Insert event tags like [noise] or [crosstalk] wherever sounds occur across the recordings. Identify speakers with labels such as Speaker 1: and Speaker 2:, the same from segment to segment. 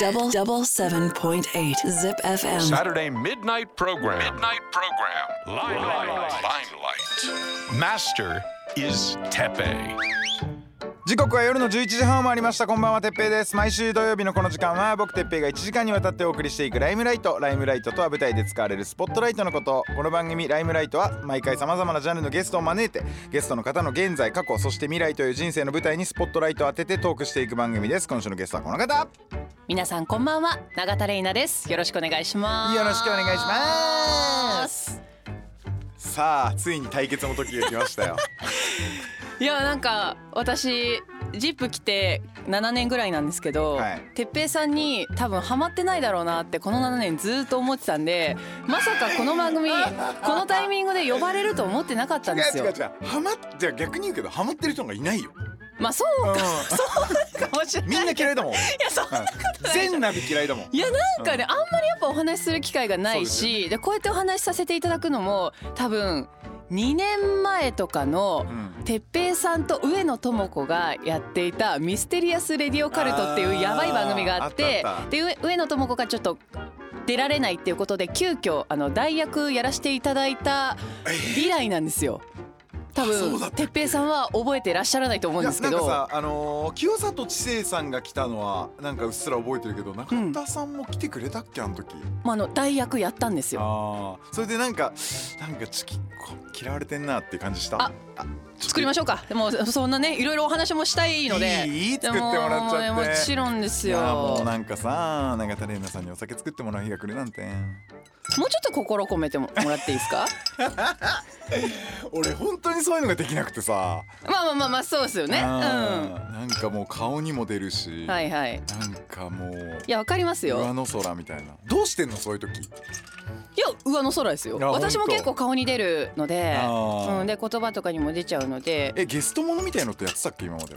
Speaker 1: Double double seven point eight Zip FM.
Speaker 2: Saturday midnight program. Midnight program. Limelight. Limelight. Master is Tepe.
Speaker 3: 時刻は夜の11時半を回りましたこんばんはてっぺいです毎週土曜日のこの時間は僕てっぺいが1時間にわたってお送りしていくライムライトライムライトとは舞台で使われるスポットライトのことこの番組ライムライトは毎回様々なジャンルのゲストを招いてゲストの方の現在過去そして未来という人生の舞台にスポットライトを当ててトークしていく番組です今週のゲストはこの方よ
Speaker 4: 皆さんこんばんは永田玲奈ですよろしくお願いします
Speaker 3: ろしくお願いします
Speaker 4: す
Speaker 3: さあついに対決の時が来ましたよ
Speaker 4: いやなんか私ジップ来て7年ぐらいなんですけど、
Speaker 3: はい
Speaker 4: 哲平さんに多分ハマってないだろうなってこの7年ずーっと思ってたんでまさかこの番
Speaker 3: [laughs]
Speaker 4: 組このタイミングで呼ばれると思ってなかったんですよ
Speaker 3: ハマっじゃあ逆に言うけどハマってる人がいないよ、
Speaker 4: まあそう
Speaker 3: うん、
Speaker 4: かもしれない
Speaker 3: みんな嫌い
Speaker 4: だ
Speaker 3: だもん
Speaker 4: いや [laughs] そう
Speaker 3: 全ナビ嫌いだもん
Speaker 4: いやなんかね、あんまりやっぱお話しする機会がない
Speaker 3: そう
Speaker 4: しで、こうやってお話しさせていただくのも多分2年前とかの
Speaker 3: うん
Speaker 4: 哲平さんと上野智子がやっていた「ミステリアス・レディオ・カルト」っていうやばい番組があって
Speaker 3: あーあったあった
Speaker 4: で上上野智子がちょっと出られないっていうことで急遽あの代役やらせていただいた以来なんですよ。多
Speaker 3: そう
Speaker 4: 分
Speaker 3: だった
Speaker 4: 哲平さんは覚えてらっしゃらないと思うんですけ
Speaker 3: いや
Speaker 4: ど。
Speaker 3: なんかさあのー清里知世さんが来たのはなんかうっすら覚えてるけど中田さんも来てくれたっけあの時、
Speaker 4: まあ、あの代役やったんですよ
Speaker 3: ああそれでなんかなんかちきこ嫌われてんなって感じした
Speaker 4: あ作りましょうかでもそんなねいろいろお話もしたいので
Speaker 3: いい作ってもらっちゃって
Speaker 4: でももちろんです
Speaker 3: い
Speaker 4: よ
Speaker 3: やもう
Speaker 4: も
Speaker 3: なんかさ永田玲奈さんにお酒作ってもらう日が来るなんて
Speaker 4: うちょっと心込めてももらっていいです
Speaker 3: [laughs]
Speaker 4: か
Speaker 3: 俺本当にそういうのができなくてさ
Speaker 4: まあまあまあまあそうですよねうんは
Speaker 3: あーなんかもう顔にも出るし、
Speaker 4: いはい
Speaker 3: なんかもう
Speaker 4: いやわかりますよ
Speaker 3: 上の空みたいなどうしてんのそういう時
Speaker 4: いや上の空ですよ
Speaker 3: いや
Speaker 4: 私も
Speaker 3: 本当
Speaker 4: 結構顔に出るので
Speaker 3: あー
Speaker 4: うんで言葉とかにも出ちゃうので
Speaker 3: えゲストものみたいのってやってたっけ今まで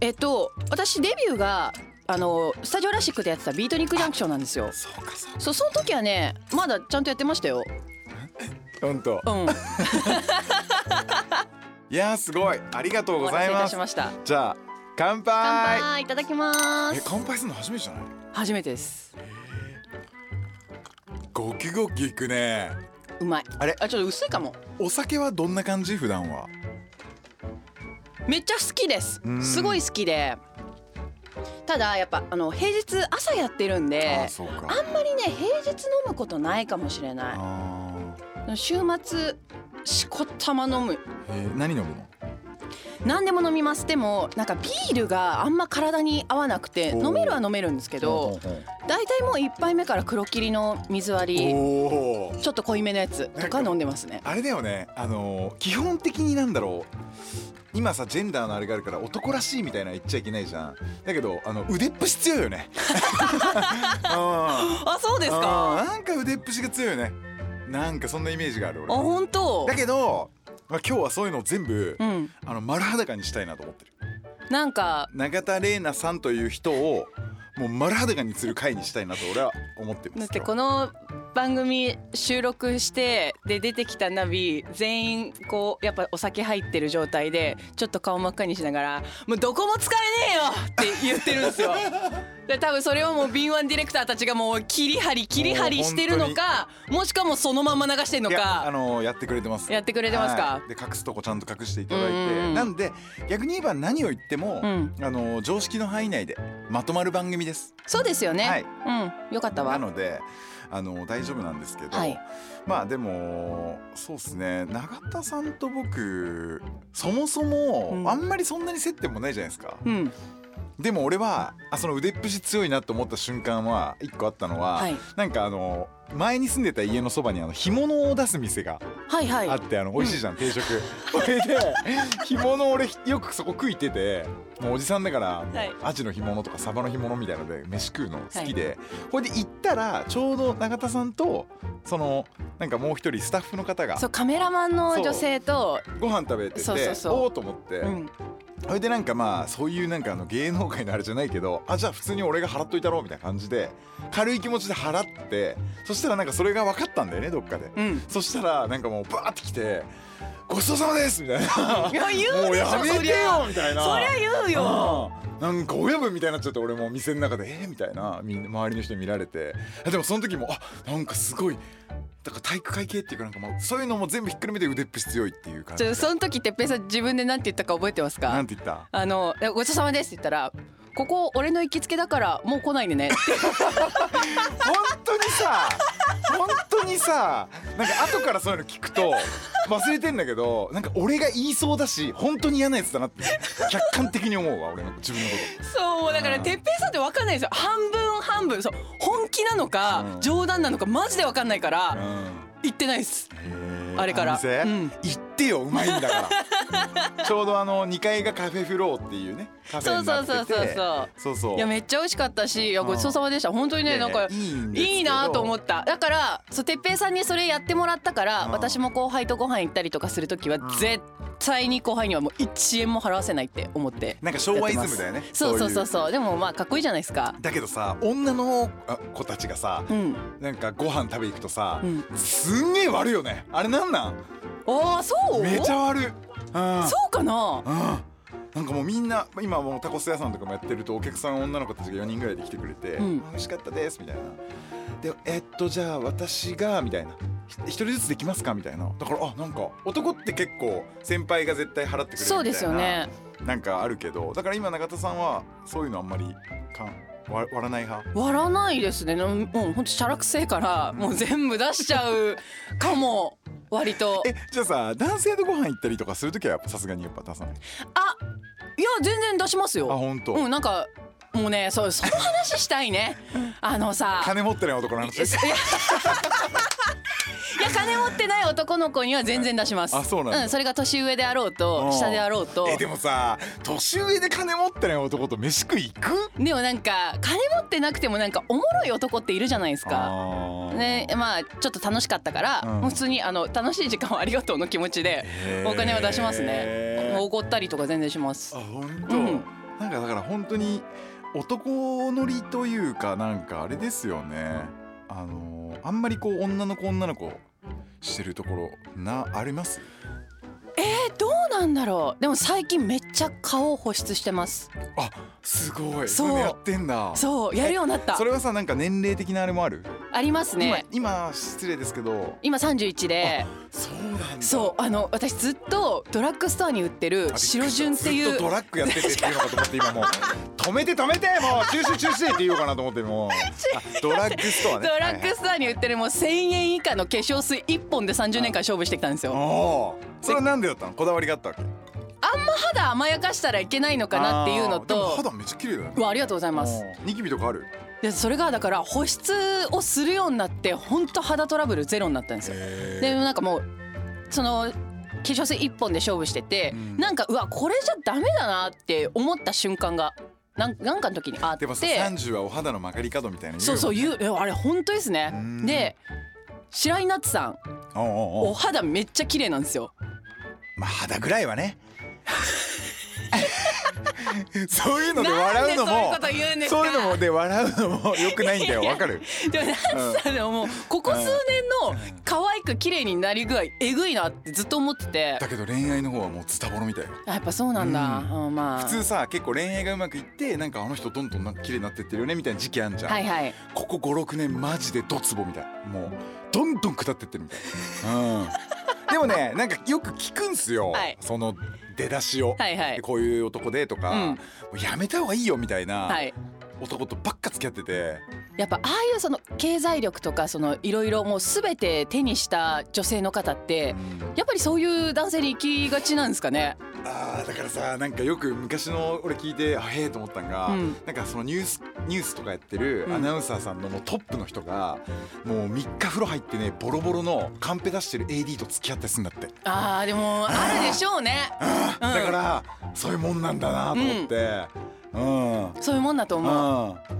Speaker 4: えっと私デビューがあのスタジオラシックでやってたビートニックジャンクションなんですよ
Speaker 3: そうかそう
Speaker 4: そうその時はねまだちゃんとやってましたよ
Speaker 3: 本当
Speaker 4: うん
Speaker 3: いやーすごいありがとうござい
Speaker 4: お待た
Speaker 3: ま
Speaker 4: せいたし
Speaker 3: す
Speaker 4: ました
Speaker 3: じゃあ乾
Speaker 4: 乾
Speaker 3: 杯
Speaker 4: 杯いただきま
Speaker 3: え
Speaker 4: す
Speaker 3: 乾杯するの初めてじゃない
Speaker 4: 初めてです
Speaker 3: ゴキゴキいくね
Speaker 4: うまい
Speaker 3: あれ
Speaker 4: あちょっと薄いかも
Speaker 3: お酒はどんな感じ普段は
Speaker 4: めっちゃ好きです
Speaker 3: うん
Speaker 4: すごい好きでただやっぱあの平日朝やってるん
Speaker 3: あ
Speaker 4: で
Speaker 3: ーそうか
Speaker 4: あんまりね平日飲むことないかもしれな
Speaker 3: あ
Speaker 4: い週末しこたま飲む
Speaker 3: ーえー何飲むの
Speaker 4: 何でも飲みますでもなんかビールがあんま体に合わなくて
Speaker 3: おー
Speaker 4: 飲めるは飲めるんですけど大体もう1杯目から黒霧の水割り
Speaker 3: おおー
Speaker 4: ちょっと濃いめのやつとか飲んでますね
Speaker 3: あれだよねあのー基本的になんだろう今さジェンダーのあれがあるから男らしいみたいな言っちゃいけないじゃんだけどあの腕っぷし強いよ [laughs] ねうん
Speaker 4: あそうです
Speaker 3: うん
Speaker 4: か
Speaker 3: なんか腕っぷしが強いよねなんかそんなイメージがある
Speaker 4: あ
Speaker 3: 俺
Speaker 4: 本当
Speaker 3: だけど、まあ、今日はそういうのを全部、
Speaker 4: うん
Speaker 3: あの丸裸にしたいなと思ってる
Speaker 4: なんか
Speaker 3: 永田玲奈さんという人をもう丸裸にする回にしたいなと俺は思ってま
Speaker 4: だっ
Speaker 3: す
Speaker 4: てこの番組収録してで出てきたナビ全員こうやっぱお酒入ってる状態でちょっと顔真っ赤にしながら「もうどこも疲れねえよ!」って言ってるんです
Speaker 3: [laughs]
Speaker 4: よ。で多分それをもう敏腕ディレクターたちがもう切り張り切り張りしてるのかもしくはもうそのまま流してんの
Speaker 3: いやあ
Speaker 4: か
Speaker 3: のやってくれてます
Speaker 4: やってくれてますか
Speaker 3: はいで隠すとこちゃんと隠していただい
Speaker 4: うんう
Speaker 3: て
Speaker 4: ん
Speaker 3: なんで逆に言えば何を言っても、
Speaker 4: うん
Speaker 3: あの常識の範囲内でまとまる番組です
Speaker 4: そうですよね、
Speaker 3: はい
Speaker 4: うんよかった
Speaker 3: な
Speaker 4: わ
Speaker 3: のであの大丈夫なんですけど、
Speaker 4: はい
Speaker 3: まあでもそうですね永田さんと僕そもそも、
Speaker 4: うん
Speaker 3: あんまりそんなに接点もないじゃないですか、
Speaker 4: うん
Speaker 3: でも俺はあその腕っぷし強いなと思った瞬間は一個あったのは、
Speaker 4: はい
Speaker 3: なんかあの前に住んでた家のそばにあの干物を出す店が
Speaker 4: はいはい
Speaker 3: あって、あの美味しいじゃん、
Speaker 4: [laughs]
Speaker 3: 定食それで干物俺よくそこ食いててもうおじさんだから、もう
Speaker 4: はい
Speaker 3: アジの干物とかサバの干物みたいので飯食うの好きで、これで行ったらちょうど永田さんとそのなんかもう一人スタッフの方が
Speaker 4: そうカメラマンの女性と
Speaker 3: ご飯食べてて
Speaker 4: そうそうそう
Speaker 3: おおと思って、
Speaker 4: うん
Speaker 3: それでなんかまあそういうなんかあの芸能界のあれじゃないけどあじゃあ普通に俺が払っといたろうみたいな感じで軽い気持ちで払ってそしたらなんかそれが分かったんだよねどっかで、
Speaker 4: うん
Speaker 3: そしたらなんかもうバーって来て「ごちそうさまです!」みたいな「
Speaker 4: いや言うでしょ
Speaker 3: もうやめ
Speaker 4: そ
Speaker 3: て
Speaker 4: りゃ
Speaker 3: よ!」みたいな
Speaker 4: そりゃ言うよ
Speaker 3: うんなんか親分みたいになっちゃって俺も店の中でえー、みたいなみんな周りの人に見られてあでもその時もあなんかすごいだから体育会系っていうかなんかまあそういうのも全部ひっくるめて腕っぷし強いっていう感じ
Speaker 4: ち
Speaker 3: で
Speaker 4: ょその時てっぺいさん自分でなんて言ったか覚えてます
Speaker 3: な
Speaker 4: か
Speaker 3: んて言った
Speaker 4: あのえごちそうさまですって言ったらここ俺の行きつけだからもう来ないでねって
Speaker 3: 本当にさ本当にさなんか後からそういうの聞くと忘れてんだけどなんか俺が言いそうだし本当に嫌なやつだなって客観的に思うわ俺の自分のこ
Speaker 4: [laughs] そうだから
Speaker 3: うん
Speaker 4: てっぺいさんって分かんないんですよ半分半分そう本気なのか
Speaker 3: うん
Speaker 4: 冗談なのかマジで分かんないか
Speaker 3: と、う
Speaker 4: ら
Speaker 3: ん
Speaker 4: 行ってないです
Speaker 3: へー
Speaker 4: あれから
Speaker 3: お店、
Speaker 4: うん
Speaker 3: 行ってようまいんだからちょうどあの2階がカフェフローっていうねカフェになってて
Speaker 4: そうそうそうそう
Speaker 3: そうそう
Speaker 4: いやめっちゃ美味しかったしいやごちそうさまでした本当に
Speaker 3: い
Speaker 4: ね
Speaker 3: やい
Speaker 4: な
Speaker 3: や
Speaker 4: んか
Speaker 3: いいんですけど
Speaker 4: いいなと思っただからそうてっぺいさんにそれやってもらったから
Speaker 3: うん
Speaker 4: 私も後輩とご飯行ったりとかする時は絶対に後輩にはもう1円も払わせないって思って
Speaker 3: なんか昭和イズムだよね
Speaker 4: そうそうそう
Speaker 3: い
Speaker 4: そうでもまあかっこいいじゃないですか
Speaker 3: だけどさ女のあ子たちがさ
Speaker 4: うん
Speaker 3: なんかご飯食べ行くとさ、
Speaker 4: うん
Speaker 3: すんげえ悪いよねあれなんなん
Speaker 4: ああそう
Speaker 3: めちゃ悪いうん
Speaker 4: そうかな
Speaker 3: うんなんかもうみんな今もうタコス屋さんとかもやってるとお客さん女の子たちが4人ぐらいで来てくれて「
Speaker 4: うん
Speaker 3: あ美味しかったです」みたいな「でえっとじゃあ私が」みたいな「ひ一人ずつできますか?」みたいなだからあなんか男って結構先輩が絶対払ってくれるみたいな
Speaker 4: そうですよね
Speaker 3: なんかあるけどだから今永田さんはそういうのあんまりかんわ割らない派
Speaker 4: 割らないですねなんもうほんとしゃらくせえからもう全部出しちゃ
Speaker 3: [laughs]
Speaker 4: うかも割と
Speaker 3: えじゃあさ男性とご飯行ったりとかするときはやっぱさすがにやっぱ出さない
Speaker 4: あいや全然出しますよ
Speaker 3: あ本当
Speaker 4: うんなんかもうねそうその話したいねあのさ
Speaker 3: 金持ってない男の
Speaker 4: いや [laughs]
Speaker 3: 話
Speaker 4: いや金持ってない男の子には全然出します
Speaker 3: あそうなんだ
Speaker 4: ん、それが年上であろう
Speaker 3: うん
Speaker 4: と下であろうと
Speaker 3: えでもさ年上で金持ってない男と飯食い行く
Speaker 4: でもなんか金持ってなくてもなんかおもろい男っているじゃないですか。
Speaker 3: あー
Speaker 4: ねまあちょっと楽しかったから、
Speaker 3: うん
Speaker 4: もう普通にあの楽しい時間をありがとうの気持ちで
Speaker 3: へー
Speaker 4: お金は出しますね。もうおごったりとか全然します
Speaker 3: あ。本当、
Speaker 4: うん
Speaker 3: なんかだから本当に男乗りというかなんかあれですよねあのーあんまりこう女の子女の子してるところなあります
Speaker 4: えどうなんだろう。でも最近めっちゃ顔を保湿してます。
Speaker 3: あすごい
Speaker 4: そう
Speaker 3: れやってんだ
Speaker 4: そうやるようになった
Speaker 3: そ。れはさなんか年齢的なあれもある、
Speaker 4: ありますね。
Speaker 3: 今今失礼ですけど
Speaker 4: 今三十一で。
Speaker 3: そうなんだ
Speaker 4: そうあの私ずっとドラッグストアに売ってる白純ってい
Speaker 3: ず
Speaker 4: う
Speaker 3: とドラッグやっててっていうのかと思って
Speaker 4: [laughs]
Speaker 3: 今もう止めて止めてもう中止中止って言おうかなと思ってもうあドラッグストア
Speaker 4: [laughs]
Speaker 3: ね
Speaker 4: ドラッグストアに売ってるもう1000円以下の化粧水1本で30年間勝負してきたんです
Speaker 3: お
Speaker 4: よ
Speaker 3: おーそれはなんでだったのこだわりがあったわけ
Speaker 4: 肌甘やかしたらいけないのかなっていうの
Speaker 3: あーでも
Speaker 4: と
Speaker 3: 肌めっちゃ綺麗だよ
Speaker 4: う
Speaker 3: ね
Speaker 4: わありがとうございます
Speaker 3: うんニキビとかある
Speaker 4: でそれがだから保湿をするようになってほんと肌トラブルゼロになったんですよでなんかもうその化粧水1本で勝負してて、
Speaker 3: うん
Speaker 4: なんかうわこれじゃダメだなって思った瞬間がなんなんかの時にあって
Speaker 3: でもさ30はお肌の曲がり角みたいな
Speaker 4: そうそう
Speaker 3: 言う
Speaker 4: 言うえあれ本当ですね
Speaker 3: うん
Speaker 4: で白井夏さん
Speaker 3: おうおうお
Speaker 4: お
Speaker 3: う
Speaker 4: 肌めっちゃ綺麗なんですよ
Speaker 3: まあ肌ぐらいは
Speaker 4: [laughs]
Speaker 3: ねそういうので
Speaker 4: なん
Speaker 3: 笑
Speaker 4: で
Speaker 3: うの
Speaker 4: そういう
Speaker 3: も
Speaker 4: こと言うんですか
Speaker 3: そういうのもで笑うのも良くないんだよわかる
Speaker 4: でも夏さんでももうここ数年の可愛く綺麗になり具合えぐいなってずっと思ってて
Speaker 3: だけど恋愛の方はもうズタボロみたいよ
Speaker 4: あやっぱそうなんだ、
Speaker 3: う
Speaker 4: うんまあ
Speaker 3: 普通さ結構恋愛がうまくいってなんかあの人どんどんなんか綺麗になってってるよねみたいな時期あんじゃん、
Speaker 4: はいはい
Speaker 3: ここ56年マジでドツボみたいもうどんどん下ってってるみたいな、うん、で
Speaker 4: [laughs]
Speaker 3: もねなんかよく聞くんすよ、
Speaker 4: はい
Speaker 3: その出だしを、
Speaker 4: はいはい
Speaker 3: こういう男でとか、
Speaker 4: うん
Speaker 3: もうやめた方がいいよみたいな
Speaker 4: はい
Speaker 3: 男とばっか付き合ってて、
Speaker 4: やっぱああいうその経済力とかそのいろいろもう全て手にした女性の方って
Speaker 3: うん
Speaker 4: やっぱりそういう男性に行きがちなんですかね
Speaker 3: あーだからさなんかよく昔の俺聞いてあへえと思ったんが、
Speaker 4: うん
Speaker 3: なんかそのニュースニュースとかやってる
Speaker 4: うん
Speaker 3: アナウンサーさんのもうトップの人が、もう3日風呂入ってねボロボロのカンペ出してる AD と付き合ったりするんだって、
Speaker 4: あーでもあるでしょうねうん
Speaker 3: だからそういうもんなんだなと思ってうん、うん
Speaker 4: そういうもんだと思う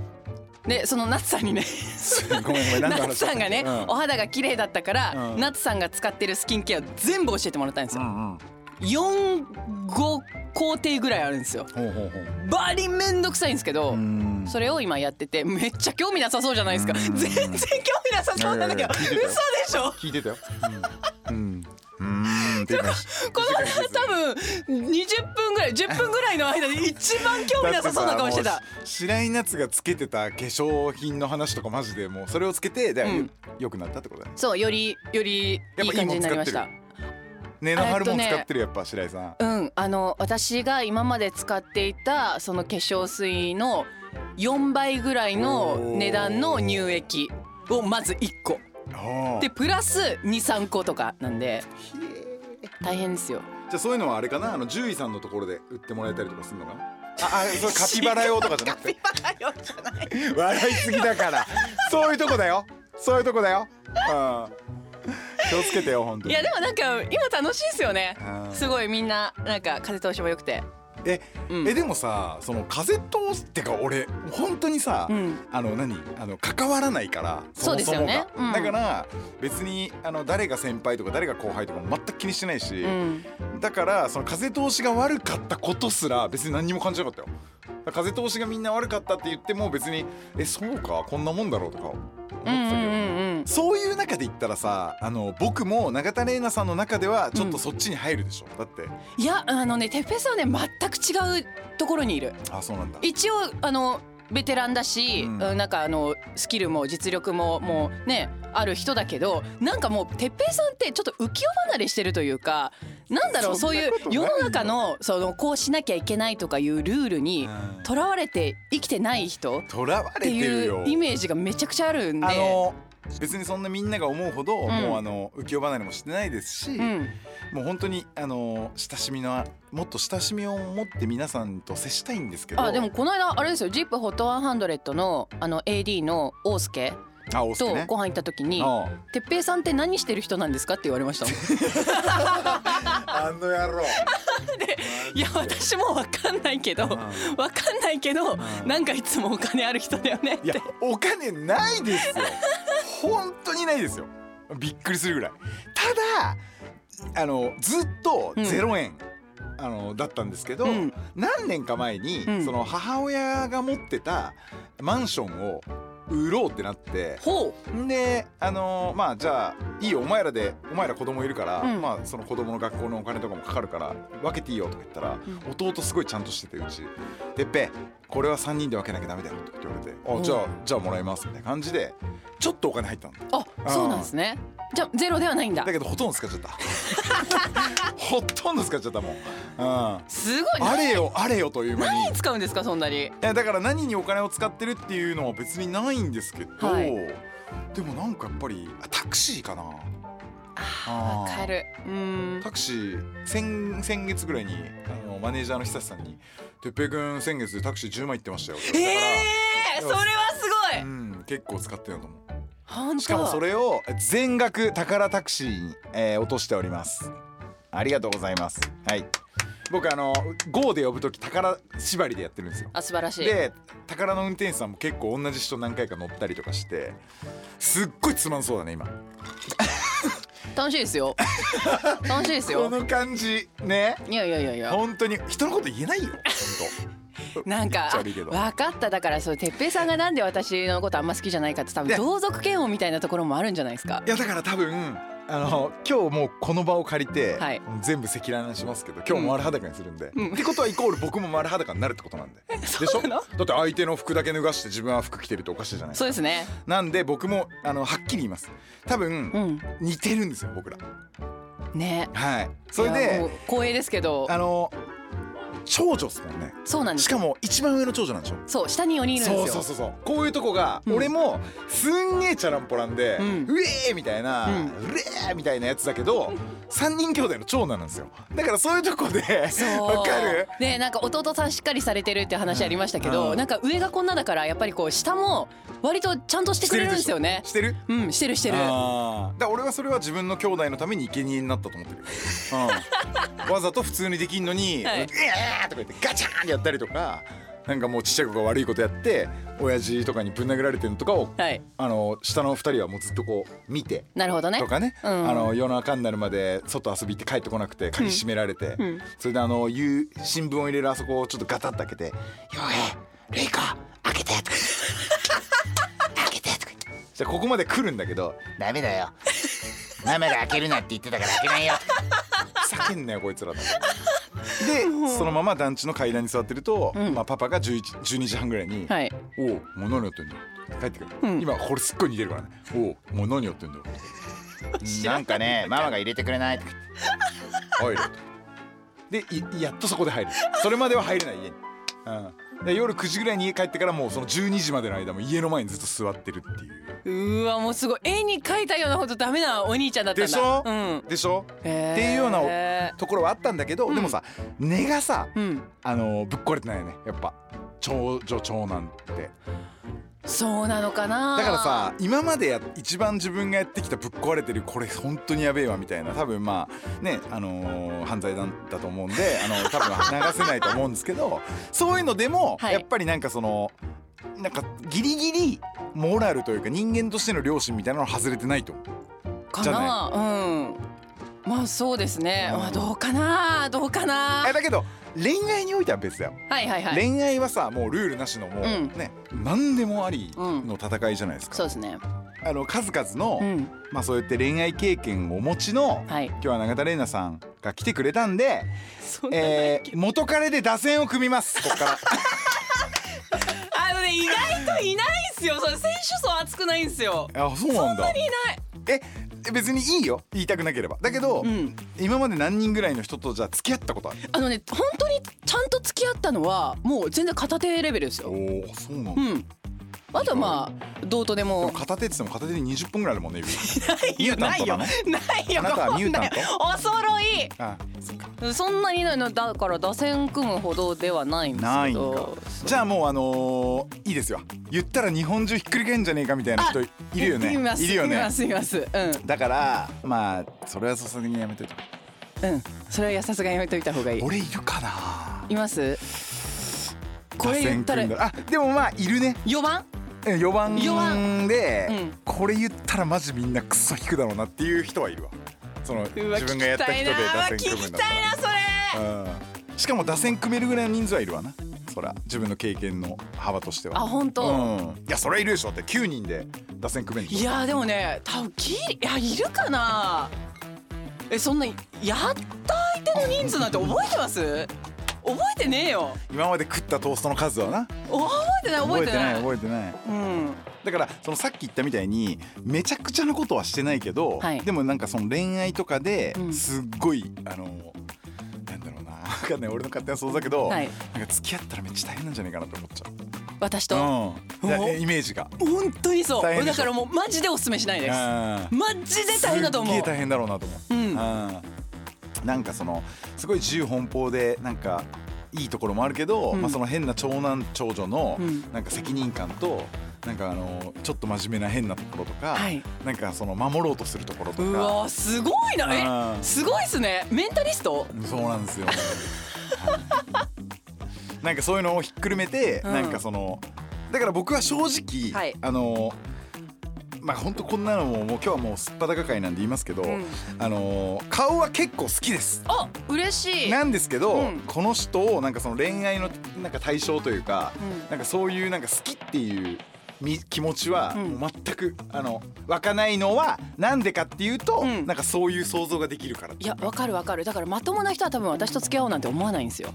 Speaker 4: でその夏さんにね
Speaker 3: ごめんごめん何の話だった
Speaker 4: 夏さんがね、
Speaker 3: うん
Speaker 4: お肌が綺麗だったから、
Speaker 3: うん
Speaker 4: 夏さんが使ってるスキンケア全部教えてもらったんです
Speaker 3: う
Speaker 4: よ、
Speaker 3: んうん
Speaker 4: 四五工程ぐらいあるんですよ
Speaker 3: ほうほうほう
Speaker 4: バリめんどくさいんですけど、
Speaker 3: うん
Speaker 4: それを今やっててめっちゃ興味なさそうじゃないですか、
Speaker 3: うん
Speaker 4: 全然興味なさそうなんだけど、
Speaker 3: いやいやいや聞
Speaker 4: 嘘
Speaker 3: いてたよ
Speaker 4: でしょ
Speaker 3: 聞いてたようん、うん、うーんって言いました
Speaker 4: この多分20分ぐらい10分ぐらいの間で一番興味なさそうな顔して
Speaker 3: だったてさもう白井夏がつけてた化粧品の話とかマジでもうそれをつけてだからよ,、
Speaker 4: うん
Speaker 3: くなったってことだね
Speaker 4: そうよりよりい
Speaker 3: やっぱ
Speaker 4: い感じになりました
Speaker 3: いいもん使って根の張るもん使ってるやっぱ白井さん
Speaker 4: うんあの私が今まで使っていたその化粧水の4倍ぐらいの値段の乳液をまず1個
Speaker 3: ああ
Speaker 4: でプラス23個とかなんで大変ですよ
Speaker 3: じゃあそういうのはあれかなあの獣医さんのところで売ってもらえたりとかするの
Speaker 4: [laughs]
Speaker 3: かなああそれカピバラ用とかじゃなくて笑いすぎだからそういうとこだよそういうとこだよ、うん、気をつけてよ本当
Speaker 4: い
Speaker 3: に
Speaker 4: やでもなんか今楽しいですよね
Speaker 3: うん
Speaker 4: すごいみんななんか風通しも良くて
Speaker 3: え、
Speaker 4: うん
Speaker 3: えでもさその風通すってか俺本当にさ、
Speaker 4: うん
Speaker 3: あの何あの関わらないから
Speaker 4: そうですよね
Speaker 3: そもそもが
Speaker 4: うん
Speaker 3: だから別にあの誰が先輩とか誰が後輩とかも全く気にしてないし、
Speaker 4: うん
Speaker 3: だからその風通しが悪かったことすら別に何にも感じなかったよだから風通しがみんな悪かったって言っても別にえそうかこんなもんだろうとか思ってた
Speaker 4: う
Speaker 3: けど、
Speaker 4: んうんうん
Speaker 3: そういう中で言ったらさあの僕も永田玲奈さんの中ではちょっとそっちに入るでしょ、だって
Speaker 4: いやあのねてっぺいさんはね全く違うところにいる
Speaker 3: あそうなんだ
Speaker 4: 一応あのベテランだし、
Speaker 3: うん
Speaker 4: うんなんかあのスキルも実力ももうねある人だけどなんかもう哲平さんってちょっと浮世離れしてるというかなんだろう
Speaker 3: そ
Speaker 4: そ
Speaker 3: ん
Speaker 4: う
Speaker 3: な
Speaker 4: いう
Speaker 3: ことない
Speaker 4: 世の
Speaker 3: よ
Speaker 4: 中のそのこうしなきゃいけないとかいうルールに
Speaker 3: うん
Speaker 4: とらわれて生きてない人っ
Speaker 3: とらわ
Speaker 4: て
Speaker 3: れてる
Speaker 4: い
Speaker 3: よ
Speaker 4: うイメージがめちゃくちゃあるんで。
Speaker 3: あの別にそんなみんなが思うほど、
Speaker 4: ん
Speaker 3: もうあの浮世離れもしてないですし、
Speaker 4: うん、
Speaker 3: もう本当にあの親しみのもっと親しみを持って皆さんと接したいんですけど
Speaker 4: あでもこの間あれですよ「ジップホットワンハンドレットのあの AD の大輔
Speaker 3: あお好き
Speaker 4: と
Speaker 3: ね
Speaker 4: ご飯行った時に
Speaker 3: あ
Speaker 4: 「哲平さんって何してる人なんですか?」って言われましたもん
Speaker 3: あの野郎
Speaker 4: [laughs] いや私もわかんないけどわかんないけどなんかいつもお金ある人だよねっ
Speaker 3: いや
Speaker 4: て
Speaker 3: お金ないです
Speaker 4: [laughs]
Speaker 3: よ本当にないですよびっくりするぐらいただあのずっと
Speaker 4: うん
Speaker 3: 0円、あのだったんですけど、
Speaker 4: うん
Speaker 3: 何年か前に、
Speaker 4: うん
Speaker 3: その母親が持ってたマンションを売ろうってなって
Speaker 4: ほ
Speaker 3: であのまあじゃあいいよお前らでお前ら子供いるから、
Speaker 4: うん
Speaker 3: まあその子供の学校のお金とかもかかるから分けていいよとか言ったら、弟すごいちゃんとしててうち「てっぺこれは3人で分けなきゃダメだよ」とか言われて「あじゃあじゃあもらいます」みたいな感じでちょっとお金入ったんだ
Speaker 4: うあそうなんですねじゃあゼロではないんだ
Speaker 3: だけどほとんど使っちゃった [laughs] ほとんど使っちゃったもん、うん、あ
Speaker 4: すごいな
Speaker 3: れよあれよという間に
Speaker 4: 何に使うんですかそんなに
Speaker 3: いやだから何にお金を使ってるっていうのは別にないんですけど、
Speaker 4: はい
Speaker 3: でもなんかやっぱりあタクシーかなあ
Speaker 4: わ
Speaker 3: ー
Speaker 4: かるうーん
Speaker 3: タクシー先先月ぐらいにあのマネージャーの久志さんに「哲平君先月タクシー10万行ってましたよ」
Speaker 4: ええ
Speaker 3: だ
Speaker 4: そ
Speaker 3: か
Speaker 4: れ
Speaker 3: ら
Speaker 4: はすご
Speaker 3: う
Speaker 4: い
Speaker 3: ん結構使ってると思う
Speaker 4: 本当
Speaker 3: しかもそれを全額宝タクシーに、えー落としておりますありがとうございますはい僕あの GO で呼ぶ時宝縛りでやってるんですよ
Speaker 4: あ素晴らしい
Speaker 3: で宝の運転手さんも結構同じ人何回か乗ったりとかしてすっごいつまんそう
Speaker 4: [laughs]
Speaker 3: だね今こ
Speaker 4: 楽しい [laughs] ですよ楽しいですよ
Speaker 3: の感じね
Speaker 4: いやいやいやいや
Speaker 3: 本当に人のこと言えないよほんと
Speaker 4: なんか
Speaker 3: 言っちゃ悪いけど
Speaker 4: 分かっただからそう哲平さんがなんで私のことあんま好きじゃないかって多分
Speaker 3: ね
Speaker 4: 同族嫌悪みたいなところもあるんじゃないです [laughs] か
Speaker 3: いやだから多分あの今日もうこの場を借りて、
Speaker 4: はい
Speaker 3: 全部赤裸々にしますけど今日も丸裸にするんで、
Speaker 4: うん
Speaker 3: ってことはイコール僕も丸裸になるってことなんででしょ
Speaker 4: [laughs] そうな
Speaker 3: だ
Speaker 4: の
Speaker 3: って相手の服だけ脱がして自分は服着てるっておかしいじゃない
Speaker 4: そうですね
Speaker 3: なんで僕もあのはっきり言います多分、
Speaker 4: うん
Speaker 3: 似てるんですよ僕ら
Speaker 4: ね
Speaker 3: はいそれ
Speaker 4: いやもう
Speaker 3: で
Speaker 4: 光栄ですけど
Speaker 3: あの長女っすもんね
Speaker 4: そうなんで
Speaker 3: し
Speaker 4: す
Speaker 3: かも一番上の長女なんでしょ
Speaker 4: そう下に4人いるん
Speaker 3: そう
Speaker 4: です
Speaker 3: そう
Speaker 4: よ
Speaker 3: そうそうこういうとこが、
Speaker 4: うん
Speaker 3: 俺もすんげえチャランポランで、う
Speaker 4: うん
Speaker 3: えーみたいな、う
Speaker 4: うん
Speaker 3: れーみたいなやつだけど三人兄弟の長男なんですよだからそういうとこでわかる
Speaker 4: ねなんか弟さんしっかりされてるって話ありましたけ
Speaker 3: うんう
Speaker 4: ど
Speaker 3: ん
Speaker 4: なんか上がこんなだからやっぱりこう下も割とちゃんとしてくれるんですよね
Speaker 3: してる
Speaker 4: うんしてるしてる
Speaker 3: あーだから俺はそれは自分の兄弟のために生贄になったと思ってる、
Speaker 4: [laughs]
Speaker 3: うん、わざと普通にできんのに「
Speaker 4: はいう
Speaker 3: えー!」とか言ってガチャーンってやったりとかなんかもうちっちゃい子が悪いことやって親父とかにぶん殴られてるのとかを、
Speaker 4: はい
Speaker 3: あの下の二人はもうずっとこう見て
Speaker 4: なるほどね
Speaker 3: とかね、
Speaker 4: うん
Speaker 3: あの夜中になるまで外遊び行って帰ってこなくて鍵閉められて、それであの夕新聞を入れるあそこをちょっとガタッと開けて「陽平レイコ開けて」とか
Speaker 4: [laughs]
Speaker 3: 「開けて」とか言ってじゃあここまで来るんだけど
Speaker 5: ダメだよ。ママが開けるなって言ってたから開けないよ。
Speaker 3: けんなよこいつらと。でそのまま団地の階段に座ってると、
Speaker 4: うん
Speaker 3: まあ、パパが11 12時半ぐらいに「
Speaker 4: はい
Speaker 3: おおもう何やってんだよ」帰ってくる、
Speaker 4: うん
Speaker 3: 今これすっごい似てるからね「おおもう何やって [laughs] んだよ」なんかねママが入れてくれないとか言って入るとでいやっとそこで入るそれまでは入れない家に、うん、で夜9時ぐらいに家帰ってからもうその12時までの間も家の前にずっと座ってるっていう
Speaker 4: うーわもうすごい絵に描いたようなほどダメなお兄ちゃんだったんだ
Speaker 3: でしょ、
Speaker 4: うん
Speaker 3: でしょ
Speaker 4: へー
Speaker 3: っていうようなところはあったんだけど、でもさ根がさ、
Speaker 4: うん
Speaker 3: あのぶっ壊れてないよねやっぱ長女長男って
Speaker 4: そうなのかな
Speaker 3: だからさ今までや一番自分がやってきたぶっ壊れてるこれ本当にやべえわみたいな多分まあねあのー犯罪なんだと思うんであの多分流せないと思うんですけど [laughs] そういうのでも、
Speaker 4: はい
Speaker 3: やっぱりなんかそのなんかギリギリモラルというか人間としての良心みたいなの外れてないと思う
Speaker 4: か
Speaker 3: じゃ
Speaker 4: なうんまあそうですね、
Speaker 3: うん
Speaker 4: まあどうかなどうかな
Speaker 3: えだけど恋愛においては別だよ、
Speaker 4: はいはいはい
Speaker 3: 恋愛はさもうルールなしのもう、
Speaker 4: うん
Speaker 3: ね何でもありの戦いじゃないです
Speaker 4: そ
Speaker 3: か、
Speaker 4: うですね
Speaker 3: あの数々の、
Speaker 4: うん
Speaker 3: まあ、そうやって恋愛経験をお持ちの、
Speaker 4: はい
Speaker 3: 今日は永田玲奈さんが来てくれたんで、
Speaker 4: そんなない
Speaker 3: えー、元彼で打線を組みますここから
Speaker 4: あのね意外といないんすよそれ選手層厚くないんすよ [laughs]
Speaker 3: あそうなんだ
Speaker 4: いない
Speaker 3: え別にいいよ言いたくなければだけど、
Speaker 4: うん
Speaker 3: 今まで何人ぐらいの人とじゃあ付き合ったことある
Speaker 4: あのね本当にちゃんと付き合ったのはもう全然片手レベルですよ
Speaker 3: おおそうな
Speaker 4: う
Speaker 3: んだ、で
Speaker 4: んあとはまあどうとで
Speaker 3: も
Speaker 4: も
Speaker 3: 片手って言っても片手で20本ぐらいあるもんね指ミュータ
Speaker 4: な
Speaker 3: ン
Speaker 4: [laughs]
Speaker 3: ト
Speaker 4: い
Speaker 3: な
Speaker 4: よ
Speaker 3: の
Speaker 4: ないよ
Speaker 3: あなたはミュータント
Speaker 4: こんなお揃い
Speaker 3: あそっか
Speaker 4: そんなにないのだから打線組むほどではないんです
Speaker 3: な
Speaker 4: け
Speaker 3: いんだ
Speaker 4: ど
Speaker 3: じゃあもうあのーいいですよ言ったら日本中ひっくり返んじゃねえかみたいな人いるよ
Speaker 4: [laughs]
Speaker 3: ね
Speaker 4: います
Speaker 3: るよ
Speaker 4: い
Speaker 3: ね
Speaker 4: ますいますう
Speaker 3: だからまあそれはさすがにやめといた
Speaker 4: んうんそれはさすがにやめといた方がいい
Speaker 3: 俺いるかない
Speaker 4: ますこれ
Speaker 3: 打
Speaker 4: 言
Speaker 3: 線
Speaker 4: ったら
Speaker 3: 組んだらあでもまあいるね
Speaker 4: 4番
Speaker 3: 4番
Speaker 4: 四
Speaker 3: で、
Speaker 4: うん
Speaker 3: これ言ったらマジみんなクソ引くだろうなっていう人はいるわその
Speaker 4: うわ
Speaker 3: 自分がやった人で打線組むんだった
Speaker 4: 聞きたいなうわ聞きたいなそれ
Speaker 3: ら、うん、しかも打線組めるぐらいの人数はいるわなそら自分の経験の幅としては
Speaker 4: あ本当
Speaker 3: うん、いやそれはいるでしょだって9人で打線組めるんで
Speaker 4: い
Speaker 3: しょ
Speaker 4: やーでもね多分ギリいやいるかなえそんなやった相手の人数なんて覚えてます覚えてねえよ
Speaker 3: 今まで食ったトーストの数はな
Speaker 4: お覚えてない覚えてない
Speaker 3: 覚えてない
Speaker 4: うん
Speaker 3: だからそのさっき言ったみたいにめちゃくちゃなことはしてないけど、
Speaker 4: はい
Speaker 3: でもなんかその恋愛とかで
Speaker 4: うん
Speaker 3: すっごい、あのなんだろうな分かんない俺の勝手な想像だけど、
Speaker 4: はい
Speaker 3: なんか付き合ったらめっちゃ大変なんじゃないかなと思っちゃ
Speaker 4: 私と
Speaker 3: う、うん、いや
Speaker 4: お
Speaker 3: イメージが。
Speaker 4: 本当にそう
Speaker 3: 大変で
Speaker 4: だ
Speaker 3: しょ
Speaker 4: からもうマジでおすすめしないです
Speaker 3: うん
Speaker 4: マジで大変だと思
Speaker 3: すっ
Speaker 4: う
Speaker 3: げえ大変だろうなと思
Speaker 4: う
Speaker 3: う、
Speaker 4: ん
Speaker 3: うんなんかそのすごい自由奔放でなんかいいところもあるけど、
Speaker 4: ん
Speaker 3: まあ、その変な長男長女の
Speaker 4: うん
Speaker 3: なんか責任感となんかあのちょっと真面目な変なところとか、
Speaker 4: はい
Speaker 3: なんかその守ろうとするところと
Speaker 4: う
Speaker 3: か
Speaker 4: わーすごいな
Speaker 3: うん
Speaker 4: えすごいっすねメンタリスト
Speaker 3: そうなんですよはいなんかそういうのをひっくるめて、
Speaker 4: うん
Speaker 3: なんかそのだから僕は正直、
Speaker 4: はい
Speaker 3: あのまあ本当こんなのももう今日はもうすっぱだか会なんで言いますけど、
Speaker 4: ん
Speaker 3: あの顔は結構好きです
Speaker 4: あ嬉しい
Speaker 3: なんですけど、
Speaker 4: うん
Speaker 3: この人をなんかその恋愛のなんか対象というか、
Speaker 4: うん
Speaker 3: なんかそういうなんか好きっていうみ気持ちは
Speaker 4: うん
Speaker 3: もう全く、あの湧かないのはなんでかっていうと、
Speaker 4: うん
Speaker 3: なんかそういう想像ができるから
Speaker 4: いやわかるわかるだからまともな人は多分私と付き合おうなんて思わないんですよ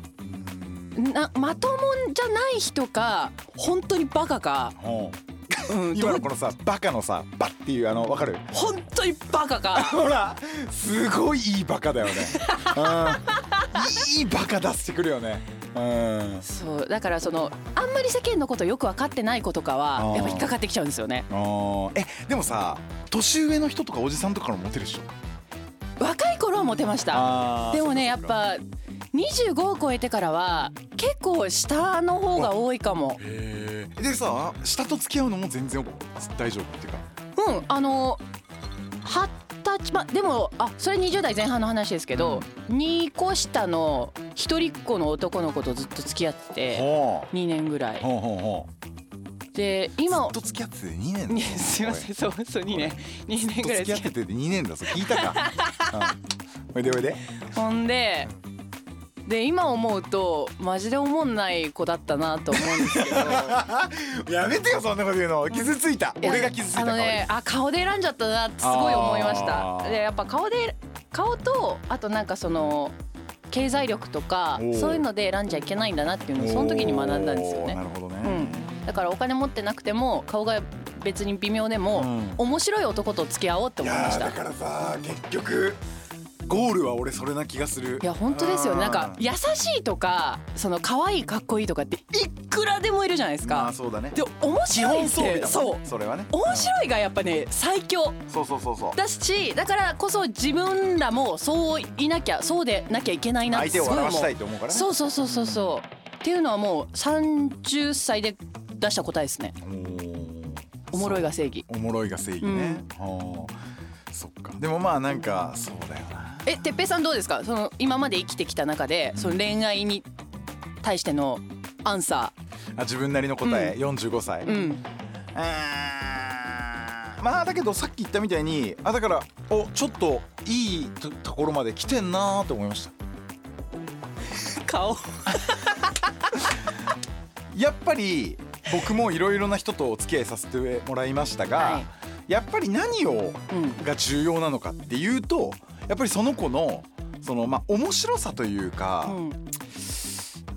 Speaker 4: なまともじゃない人か本当にバカか、
Speaker 3: うん
Speaker 4: うん、
Speaker 3: [laughs] 今
Speaker 4: ど
Speaker 3: の
Speaker 4: う
Speaker 3: このさバカのさバッっていうあのわかる
Speaker 4: 本当にバカ
Speaker 3: [laughs]
Speaker 4: か
Speaker 3: ほらすごいいいバカだよね、 [laughs] うん、いいバカ出してくるよねうん
Speaker 4: そうだからそのあんまり世間のことよく分かってない子とか
Speaker 3: あー
Speaker 4: はやっぱ引っかかってきちゃうんですよね
Speaker 3: あーえでもさ年上の人とかおじさんとかからモテるでしょ
Speaker 4: 若い頃はモテました
Speaker 3: あー
Speaker 4: でもね
Speaker 3: そ
Speaker 4: や
Speaker 3: っ
Speaker 4: っ
Speaker 3: かそっか
Speaker 4: ぱ25を超えてからは結構下の方が多いかも
Speaker 3: へーでさ下と付き合うのも全然大丈夫っていうか
Speaker 4: うんあの二十歳までもあそれ20代前半の話ですけど、2個下の一人っ子の男の子とずっと付き合ってて
Speaker 3: ほ
Speaker 4: 2年ぐら
Speaker 3: う
Speaker 4: い
Speaker 3: ほうほうほう
Speaker 4: で
Speaker 3: ず
Speaker 4: 今
Speaker 3: っと付き合ってて2年だぞ
Speaker 4: ね [laughs] すいませんそうそう2年2
Speaker 3: ず
Speaker 4: 年
Speaker 3: っと
Speaker 4: ぐら
Speaker 3: 付
Speaker 4: い
Speaker 3: き
Speaker 4: 付
Speaker 3: 合っ
Speaker 4: き合
Speaker 3: て
Speaker 4: って
Speaker 3: 2年だぞ聞いたか、うん、おいでおいで
Speaker 4: てほんでで今思うとマジで思んない子だったなと思うんですけど
Speaker 3: [laughs] やめてよそんなこと言うの傷ついた俺が傷ついた
Speaker 4: あのねあ顔で選んじゃったなってすごい思いまし
Speaker 3: あ
Speaker 4: た
Speaker 3: ー
Speaker 4: でやっぱ顔で顔とあとなんかその経済力とか
Speaker 3: おー
Speaker 4: そういうので選んじゃいけないんだなっていうのをその時に学んだんですよ
Speaker 3: おー
Speaker 4: ね
Speaker 3: な。るほど
Speaker 4: う
Speaker 3: ね
Speaker 4: ん、だからお金持ってなくても顔が別に微妙でも、
Speaker 3: うん
Speaker 4: 面白い男と付き合おうって
Speaker 3: い
Speaker 4: 思い
Speaker 3: や
Speaker 4: まし
Speaker 3: ー
Speaker 4: た
Speaker 3: だ
Speaker 4: い
Speaker 3: からさ結局ゴールは俺それな気がする
Speaker 4: や本当ですよ
Speaker 3: う
Speaker 4: ねなんか優しいとかその可愛いかっこいいとかっていくらでもいるじゃないです
Speaker 3: まあ
Speaker 4: か。
Speaker 3: そうだね
Speaker 4: で面
Speaker 3: 基
Speaker 4: 白い
Speaker 3: 本
Speaker 4: っ
Speaker 3: 装備
Speaker 4: て
Speaker 3: だ
Speaker 4: そ
Speaker 3: もん
Speaker 4: う
Speaker 3: ねそれはね
Speaker 4: 面白いがやっぱね最強
Speaker 3: うんそうそうそうそう
Speaker 4: だしだからこそ自分らもそういなきゃそうでなきゃいけないなって
Speaker 3: 相手
Speaker 4: す
Speaker 3: を
Speaker 4: ごい
Speaker 3: 笑わ
Speaker 4: 思
Speaker 3: したいうと思うからね
Speaker 4: そうそうそうそうそうっていうのはもう30歳で出した答えですね
Speaker 3: おー
Speaker 4: おもろいが正義
Speaker 3: おもろいが正義ね、はあそっかでもまあなんかそうだよな
Speaker 4: えてっぺいさんどうですかその今まで生きてきた中でその恋愛に対してのアンサ
Speaker 3: あ自分なりの答え、45歳、
Speaker 4: ーうん
Speaker 3: あーまあだけどさっき言ったみたいにあだからおちょっといいとところまで来てんなーって思いました
Speaker 4: 顔
Speaker 3: やっぱり僕もいろいろな人とお付き合いさせてもらいましたが、
Speaker 4: はい
Speaker 3: やっぱり何を
Speaker 4: うん
Speaker 3: が重要なのかっていうとやっぱりその子のそのまあ面白さというか、
Speaker 4: うん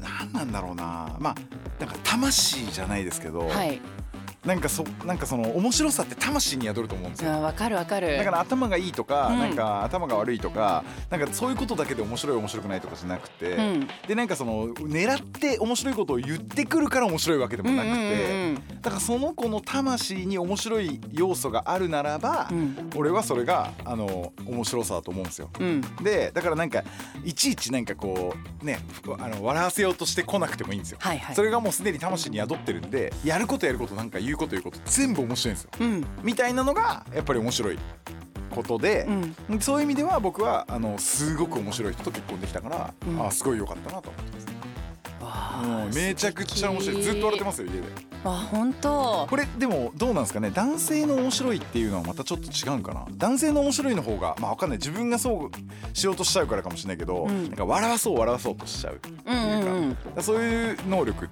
Speaker 3: 何なんだろうなまあなんか魂じゃないですけど、
Speaker 4: はい
Speaker 3: なんかそなんかその面白さって魂に宿ると思うんです
Speaker 4: あ
Speaker 3: よ。
Speaker 4: ーわかるわかる
Speaker 3: だから頭がいいとか、
Speaker 4: うん
Speaker 3: なんか頭が悪いとか、なんかそういうことだけで面白い面白くないとかじゃなくて、
Speaker 4: うん
Speaker 3: でなんかその狙って面白いことを言ってくるから面白いわけでもなくて、だからその子の魂に面白い要素があるならば、
Speaker 4: うんうん
Speaker 3: 俺はそれがあの面白さだと思うんですよ。
Speaker 4: うんうん
Speaker 3: でだからなんかいちいちなんかこうねあの笑わせようとしてこなくてもいいんですよ。
Speaker 4: はいはい
Speaker 3: それがもうすでに魂に宿ってるんでやることやることなんか言うこと言うこと全部面白いんですよ
Speaker 4: うん
Speaker 3: みたいなのがやっぱり面白いことで、そういう意味では僕はあのすごく面白い人と結婚できたから、
Speaker 4: うん
Speaker 3: あすごい良かったなと思って
Speaker 4: わ
Speaker 3: ます、うん、めちゃくちゃ面白いずっと笑ってますよ家で
Speaker 4: あ本当
Speaker 3: これでもどうなんですかね男性の面白いっていうのはまたちょっと違うんかな男性の面白いの方がまあわかんない自分がそうしようとしちゃうからかもしれないけど、
Speaker 4: うん
Speaker 3: なんか笑わそう笑わそうとしちゃう
Speaker 4: うんうんうん
Speaker 3: だからそういう能力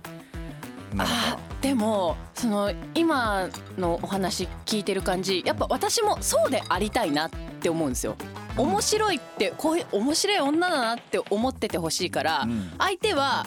Speaker 3: なの
Speaker 4: あ
Speaker 3: か
Speaker 4: ーでもその今のお話聞いてる感じやっぱ私もそうでありたいなって思うんですよ面白いってこういう面白い女だなって思っててほしいから、
Speaker 3: うん
Speaker 4: 相手は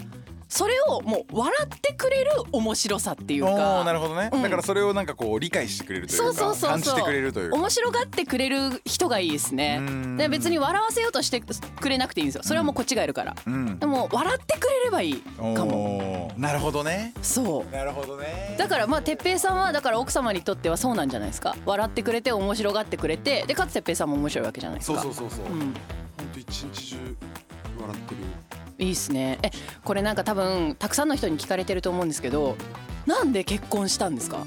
Speaker 4: それをもう笑ってくれる面白さっていう
Speaker 3: おーな
Speaker 4: か
Speaker 3: るほどね、
Speaker 4: うん
Speaker 3: だからそれをなんかこう理解してくれるというか
Speaker 4: そうそうそうそう
Speaker 3: 感じてくれるというか
Speaker 4: 面白がってくれる人がいいですね
Speaker 3: うん
Speaker 4: で別に笑わせようとしてくれなくていいんですよそれはもうこっちがやるから
Speaker 3: うん
Speaker 4: でも笑ってくれればいいかも
Speaker 3: もなるほどね
Speaker 4: そう
Speaker 3: なるほどね
Speaker 4: だからまあ哲平さんはだから奥様にとってはそうなんじゃないですか笑ってくれて面白がってくれてでかつ哲平さんも面白いわけじゃないです
Speaker 3: そ
Speaker 4: か
Speaker 3: うそうそうそう、
Speaker 4: うん、
Speaker 3: ほんと一日中笑ってる
Speaker 4: いいっすねえこれなんか多分たくさんの人に聞かれてると思うんですけどなんで結婚したんですか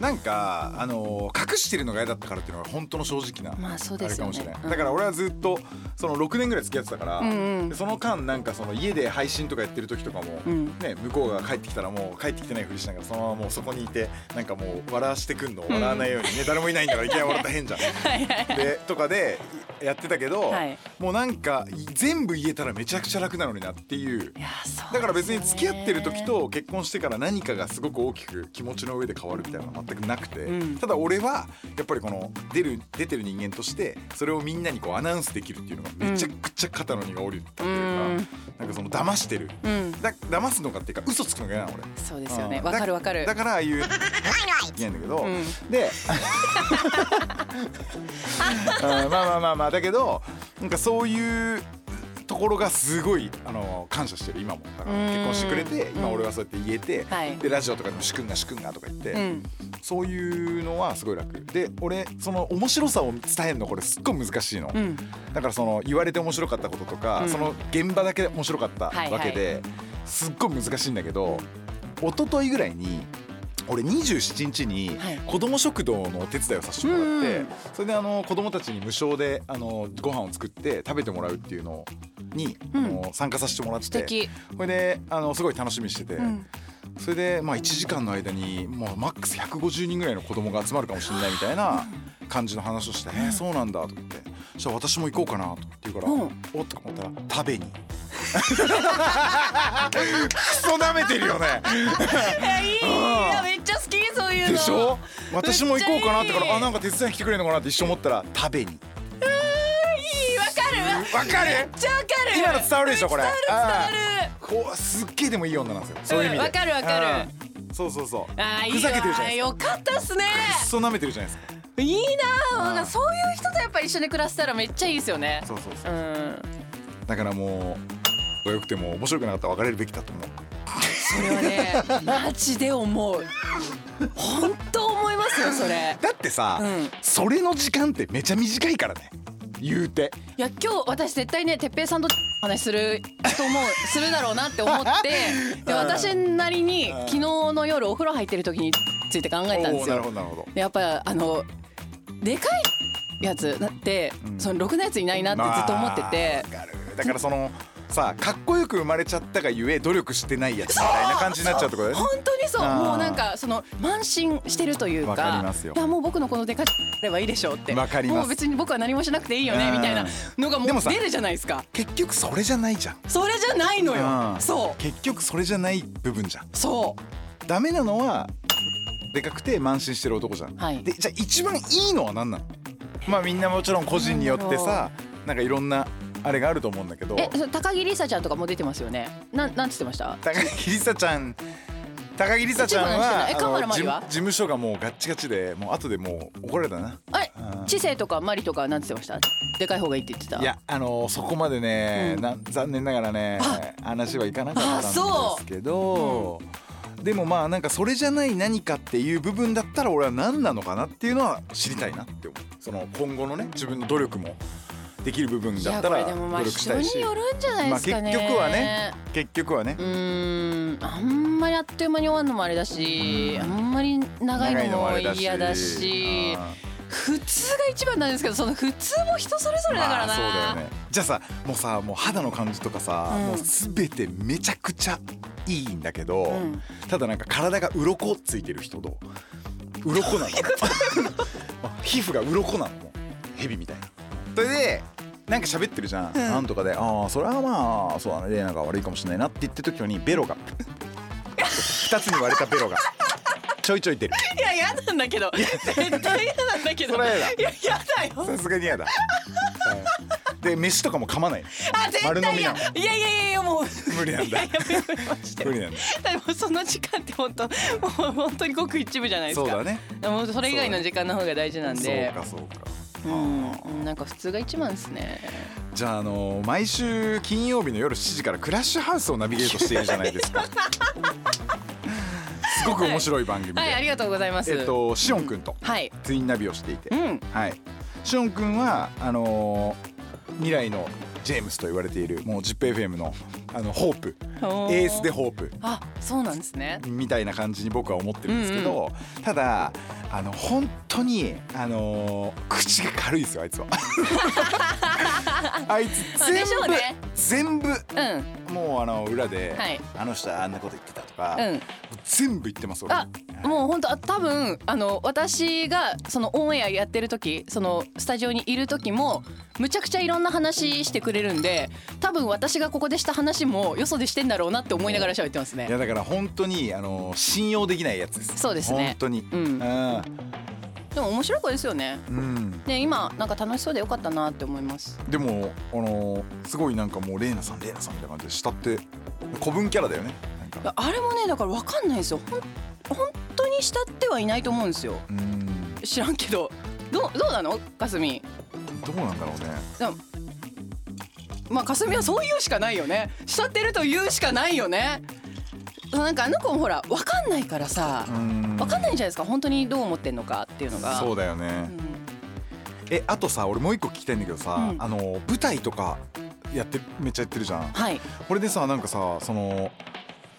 Speaker 3: なんかあのー隠してるのが嫌だったからっていうのが本当の正直な
Speaker 4: まあそうですよね
Speaker 3: あれかもしれない、
Speaker 4: うん
Speaker 3: だから俺はずっとその6年ぐらい付き合ってたから、
Speaker 4: うんうん
Speaker 3: でその間なんかその家で配信とかやってる時とかも、
Speaker 4: うん
Speaker 3: ね、向こうが帰ってきたらもう帰ってきてないふりしながらそのままもうそこにいてなんかもう笑わしてくんの笑わないようにね、誰もいないんだからいきなり笑ったら変じゃん。でとかでやってたけど、
Speaker 4: はい
Speaker 3: もうなんか全部言えたらめちゃくちゃ楽なのになっていう
Speaker 4: いやそう
Speaker 3: だから別に付き合ってる時
Speaker 4: ですよね
Speaker 3: と結婚してから何かがすごく大きく気持ちの上で変わるみたいなのは全くなくて、
Speaker 4: うん
Speaker 3: ただ俺はやっぱりこの出る出てる人間としてそれをみんなにこうアナウンスできるっていうのがめちゃくちゃ肩の荷が下りたっていうか、
Speaker 4: うん
Speaker 3: なんかその騙してる
Speaker 4: うん
Speaker 3: だ騙すのかっていうか嘘つくのが嫌なの俺。
Speaker 4: そうですよ
Speaker 3: う
Speaker 4: ね
Speaker 3: ん
Speaker 4: わかるわかる
Speaker 3: だだからああ
Speaker 4: [laughs]
Speaker 3: いういやんだけど、
Speaker 4: うん
Speaker 3: でうんまあまあまあまあだけどなんかそういうところがすごいあの感謝してる今もだから
Speaker 4: うん
Speaker 3: 結婚してくれて今
Speaker 4: うん
Speaker 3: 俺はそうやって言えて、
Speaker 4: はい
Speaker 3: でラジオとかでも「しくんなしくんな」とか言って、
Speaker 4: うん
Speaker 3: そういうのはすごい楽で俺その面白さを伝えるのこれすっごい難しいの、
Speaker 4: うん
Speaker 3: だからその言われて面白かったこととか、
Speaker 4: うん
Speaker 3: その現場だけで面白かった
Speaker 4: はいはい
Speaker 3: わけで、すっごい難しいんだけど一昨日ぐらいに俺27日に
Speaker 4: はい
Speaker 3: 子ども食堂のお手伝いをさせてもらって、
Speaker 4: うん
Speaker 3: それであの子どもたちに無償であのご飯を作って食べてもらうっていうのに、
Speaker 4: うん
Speaker 3: あの参加させてもらって
Speaker 4: 素敵
Speaker 3: それであのすごい楽しみにしてて、
Speaker 4: うん
Speaker 3: それで、まあ、1時間の間に、まあ、マックス150人ぐらいの子供が集まるかもしれないみたいな感じの話をして「えーそうなんだ」とか言って「じゃあ私も行こうかな」とかって言うから「
Speaker 4: うん
Speaker 3: おっ」とか思ったら「食べに」 [laughs] クソ舐めてるよね
Speaker 4: いやいいいやめっちゃ好きそういうの
Speaker 3: でしょ私も行こうかなってか
Speaker 4: めっちゃいい
Speaker 3: らあなんか手伝いに来てくれるのかなって一瞬思ったら「食べに
Speaker 4: いいわか
Speaker 3: わかる
Speaker 4: めっちゃわかる
Speaker 3: 今の伝わるでしょこれ
Speaker 4: 伝わる
Speaker 3: こうすっげえでもいい女なんですよそういう意味で
Speaker 4: うんわかるわかる
Speaker 3: うんそうそうそう
Speaker 4: 伝わるあーい
Speaker 3: ふ
Speaker 4: いわ
Speaker 3: ざけてるじゃないですか
Speaker 4: よかったっすね
Speaker 3: くっそ舐めてるじゃないですか
Speaker 4: いいななんかそういう人とやっぱ一緒に暮らせたらめっちゃいいですよね
Speaker 3: そうそうそううんだからもうよくても面白くなかったら別れるべきだと思う
Speaker 4: それはねマジで思う本当思いますよそれ
Speaker 3: だってさ、
Speaker 4: うん
Speaker 3: それの時間ってめちゃ短いからね言うて
Speaker 4: いや今日私絶対ね哲平さんと話すると思うするだろうなって思ってで
Speaker 3: うん
Speaker 4: 私なりに
Speaker 3: うん
Speaker 4: 昨日の夜お風呂入ってる時について考えたんで
Speaker 3: おー
Speaker 4: す
Speaker 3: なる
Speaker 4: よ
Speaker 3: ほどなるほど
Speaker 4: でやっぱあのでかいやつだって、
Speaker 3: うん
Speaker 4: そのろくなやついないなってずっと思ってて、
Speaker 3: まあわかるだからそのさかっこよく生まれちゃったがゆえ努力してないやつみたいな感じになっちゃうってことだよね
Speaker 4: 本当にそう
Speaker 3: あー
Speaker 4: もうなんかその慢心してるというか
Speaker 3: わかりますよ
Speaker 4: いやもう僕のこのでかいあればいいでしょうって
Speaker 3: わかります
Speaker 4: もう別に僕は何もしなくていいよ
Speaker 3: う
Speaker 4: ね
Speaker 3: ん
Speaker 4: みたいなのがも
Speaker 3: でも
Speaker 4: う
Speaker 3: さ
Speaker 4: 出るじゃないですか
Speaker 3: 結局それじゃないじゃん
Speaker 4: それじゃないのよ
Speaker 3: うん
Speaker 4: そう
Speaker 3: 結局それじゃない部分じゃん
Speaker 4: そ
Speaker 3: ダメなのはでかくて慢心してる男じゃん、
Speaker 4: はい
Speaker 3: でじゃあ一番いいのは何なのまあみんなもちろん個人によってさなんかいろんなあれがあると思うんだけど
Speaker 4: うえその高木梨沙ちゃんとかも出てますよねなんなんつってました
Speaker 3: 高木梨沙ちゃん高木梨沙ちゃ
Speaker 4: 一番
Speaker 3: んは
Speaker 4: の人だえカンバラ
Speaker 3: あの
Speaker 4: マ
Speaker 3: 事
Speaker 4: リは
Speaker 3: 務事務所がもうガッチガチでもう後でもう怒られたな
Speaker 4: あれ
Speaker 3: うん
Speaker 4: 知性とかマリとかなんつってましたでかい方がいいって言ってた
Speaker 3: いやあのそこまでね、
Speaker 4: うん
Speaker 3: な残念ながらね話はいかなかったんで
Speaker 4: あそう
Speaker 3: すけど、でもまあなんかそれじゃない何かっていう部分だったら俺は何なのかなっていうのは知りたいなって思うその今後のね自分の努力もできる部分
Speaker 4: い
Speaker 3: だっ
Speaker 4: や
Speaker 3: た
Speaker 4: こ
Speaker 3: ら
Speaker 4: れでもま
Speaker 3: 努
Speaker 4: あ
Speaker 3: 力した
Speaker 4: 人
Speaker 3: いし
Speaker 4: によるんじゃないですかね、
Speaker 3: まあ結局はね結局はね
Speaker 4: う、ーんあんまりあっという間に終わるのもあれだしあんまり長いのも嫌だし
Speaker 3: うん
Speaker 4: 普通が一番なんですけどその普通も人それぞれだからな、
Speaker 3: まあそうだよねじゃあさもうさもう肌の感じとかさ、
Speaker 4: うん
Speaker 3: もう全てめちゃくちゃいいんだけど、
Speaker 4: ん
Speaker 3: ただなんか体が鱗ついてる人と鱗 [laughs] なの皮膚が鱗なのもう蛇みたいなそれでなんか喋ってるじゃん、なんとかで「ああそれはまあそうだね玲奈が悪いかもしれないな」って言ってる時にベロが二つに割れたベロがちょいちょい出る
Speaker 4: いや嫌なんだけど絶対嫌なんだけど
Speaker 3: それは嫌だ
Speaker 4: いや嫌だよ
Speaker 3: さすがに嫌だ、はいで飯とかも噛まない
Speaker 4: あ絶
Speaker 3: [laughs] 丸飲
Speaker 4: 対
Speaker 3: み
Speaker 4: 嫌
Speaker 3: ない
Speaker 4: や
Speaker 3: の
Speaker 4: いやいやいやもう [laughs]
Speaker 3: 無理なん
Speaker 4: いや
Speaker 3: だ
Speaker 4: いやめめまして
Speaker 3: 無理なんだ
Speaker 4: でもその時間って本 [laughs] 当もう本当にごく一部じゃないです
Speaker 3: そ
Speaker 4: か
Speaker 3: うだね
Speaker 4: もうそれ以外の時間の方が大事なんで
Speaker 3: そうかそうか
Speaker 4: うんなんか普通が一番ですね
Speaker 3: じゃあ、あの毎週金曜日の夜7時からクラッシュハウスをナビゲートしているじゃな
Speaker 4: [laughs]
Speaker 3: いですかすごく面白い番組で、
Speaker 4: はいありがとうございます
Speaker 3: えっとしおんくんと
Speaker 4: はい
Speaker 3: ツインナビをしていて、
Speaker 4: うん
Speaker 3: はいしおんくんはあのー未来のジェームスと言われているもう ZIPFM のあのホープ
Speaker 4: おー
Speaker 3: エースでホープ
Speaker 4: あそうなんですね
Speaker 3: みたいな感じに僕は思ってるんですけど、ただあの本当にあのー口が軽いですよあいつは。
Speaker 4: [laughs]
Speaker 3: あいつ
Speaker 4: そうで
Speaker 3: 全
Speaker 4: しょう
Speaker 3: 部、
Speaker 4: ね
Speaker 3: 全部
Speaker 4: うん
Speaker 3: もうあの裏で、
Speaker 4: はい
Speaker 3: あの人はあんなこと言ってたとか、
Speaker 4: うん
Speaker 3: 全部言ってます俺。
Speaker 4: あもう本当多分あの私がそのオンエアやってる時そのスタジオにいる時もむちゃくちゃいろんな話してくれるんで多分私がここでした話もよそでしてんだろうなって思いながら喋ってます
Speaker 3: いや
Speaker 4: ね。
Speaker 3: だから本当にあのー信用できないやつです。
Speaker 4: そうですね
Speaker 3: 本当に。
Speaker 4: うん
Speaker 3: うん。
Speaker 4: でも面白い子ですよね。
Speaker 3: うん
Speaker 4: ね今なんか楽しそうでよかったなって思います。
Speaker 3: でもあのーすごいなんかもうレイナさんレイナさんみたいな感じで慕って古文キャラだよね。なん
Speaker 4: い
Speaker 3: か。
Speaker 4: やあれもねだからわかんないんですよ。ほん本当に慕ってはいないと思うんですよ。
Speaker 3: うん。
Speaker 4: 知らんけどどうどうなのかすみ。
Speaker 3: どうなんだろうね。
Speaker 4: でもまあかすみはそう言うしかないよね慕ってると言うしかないよねなんかあの子もほら分かんないからさ
Speaker 3: うん
Speaker 4: 分かんないんじゃないですか本当にどう思ってんのかっていうのが
Speaker 3: そう
Speaker 4: う、
Speaker 3: だよね、えあとさ俺もう一個聞きたいんだけどさ、
Speaker 4: うん
Speaker 3: あの舞台とかやってめっちゃやってるじゃん
Speaker 4: はい
Speaker 3: これでさなんかさその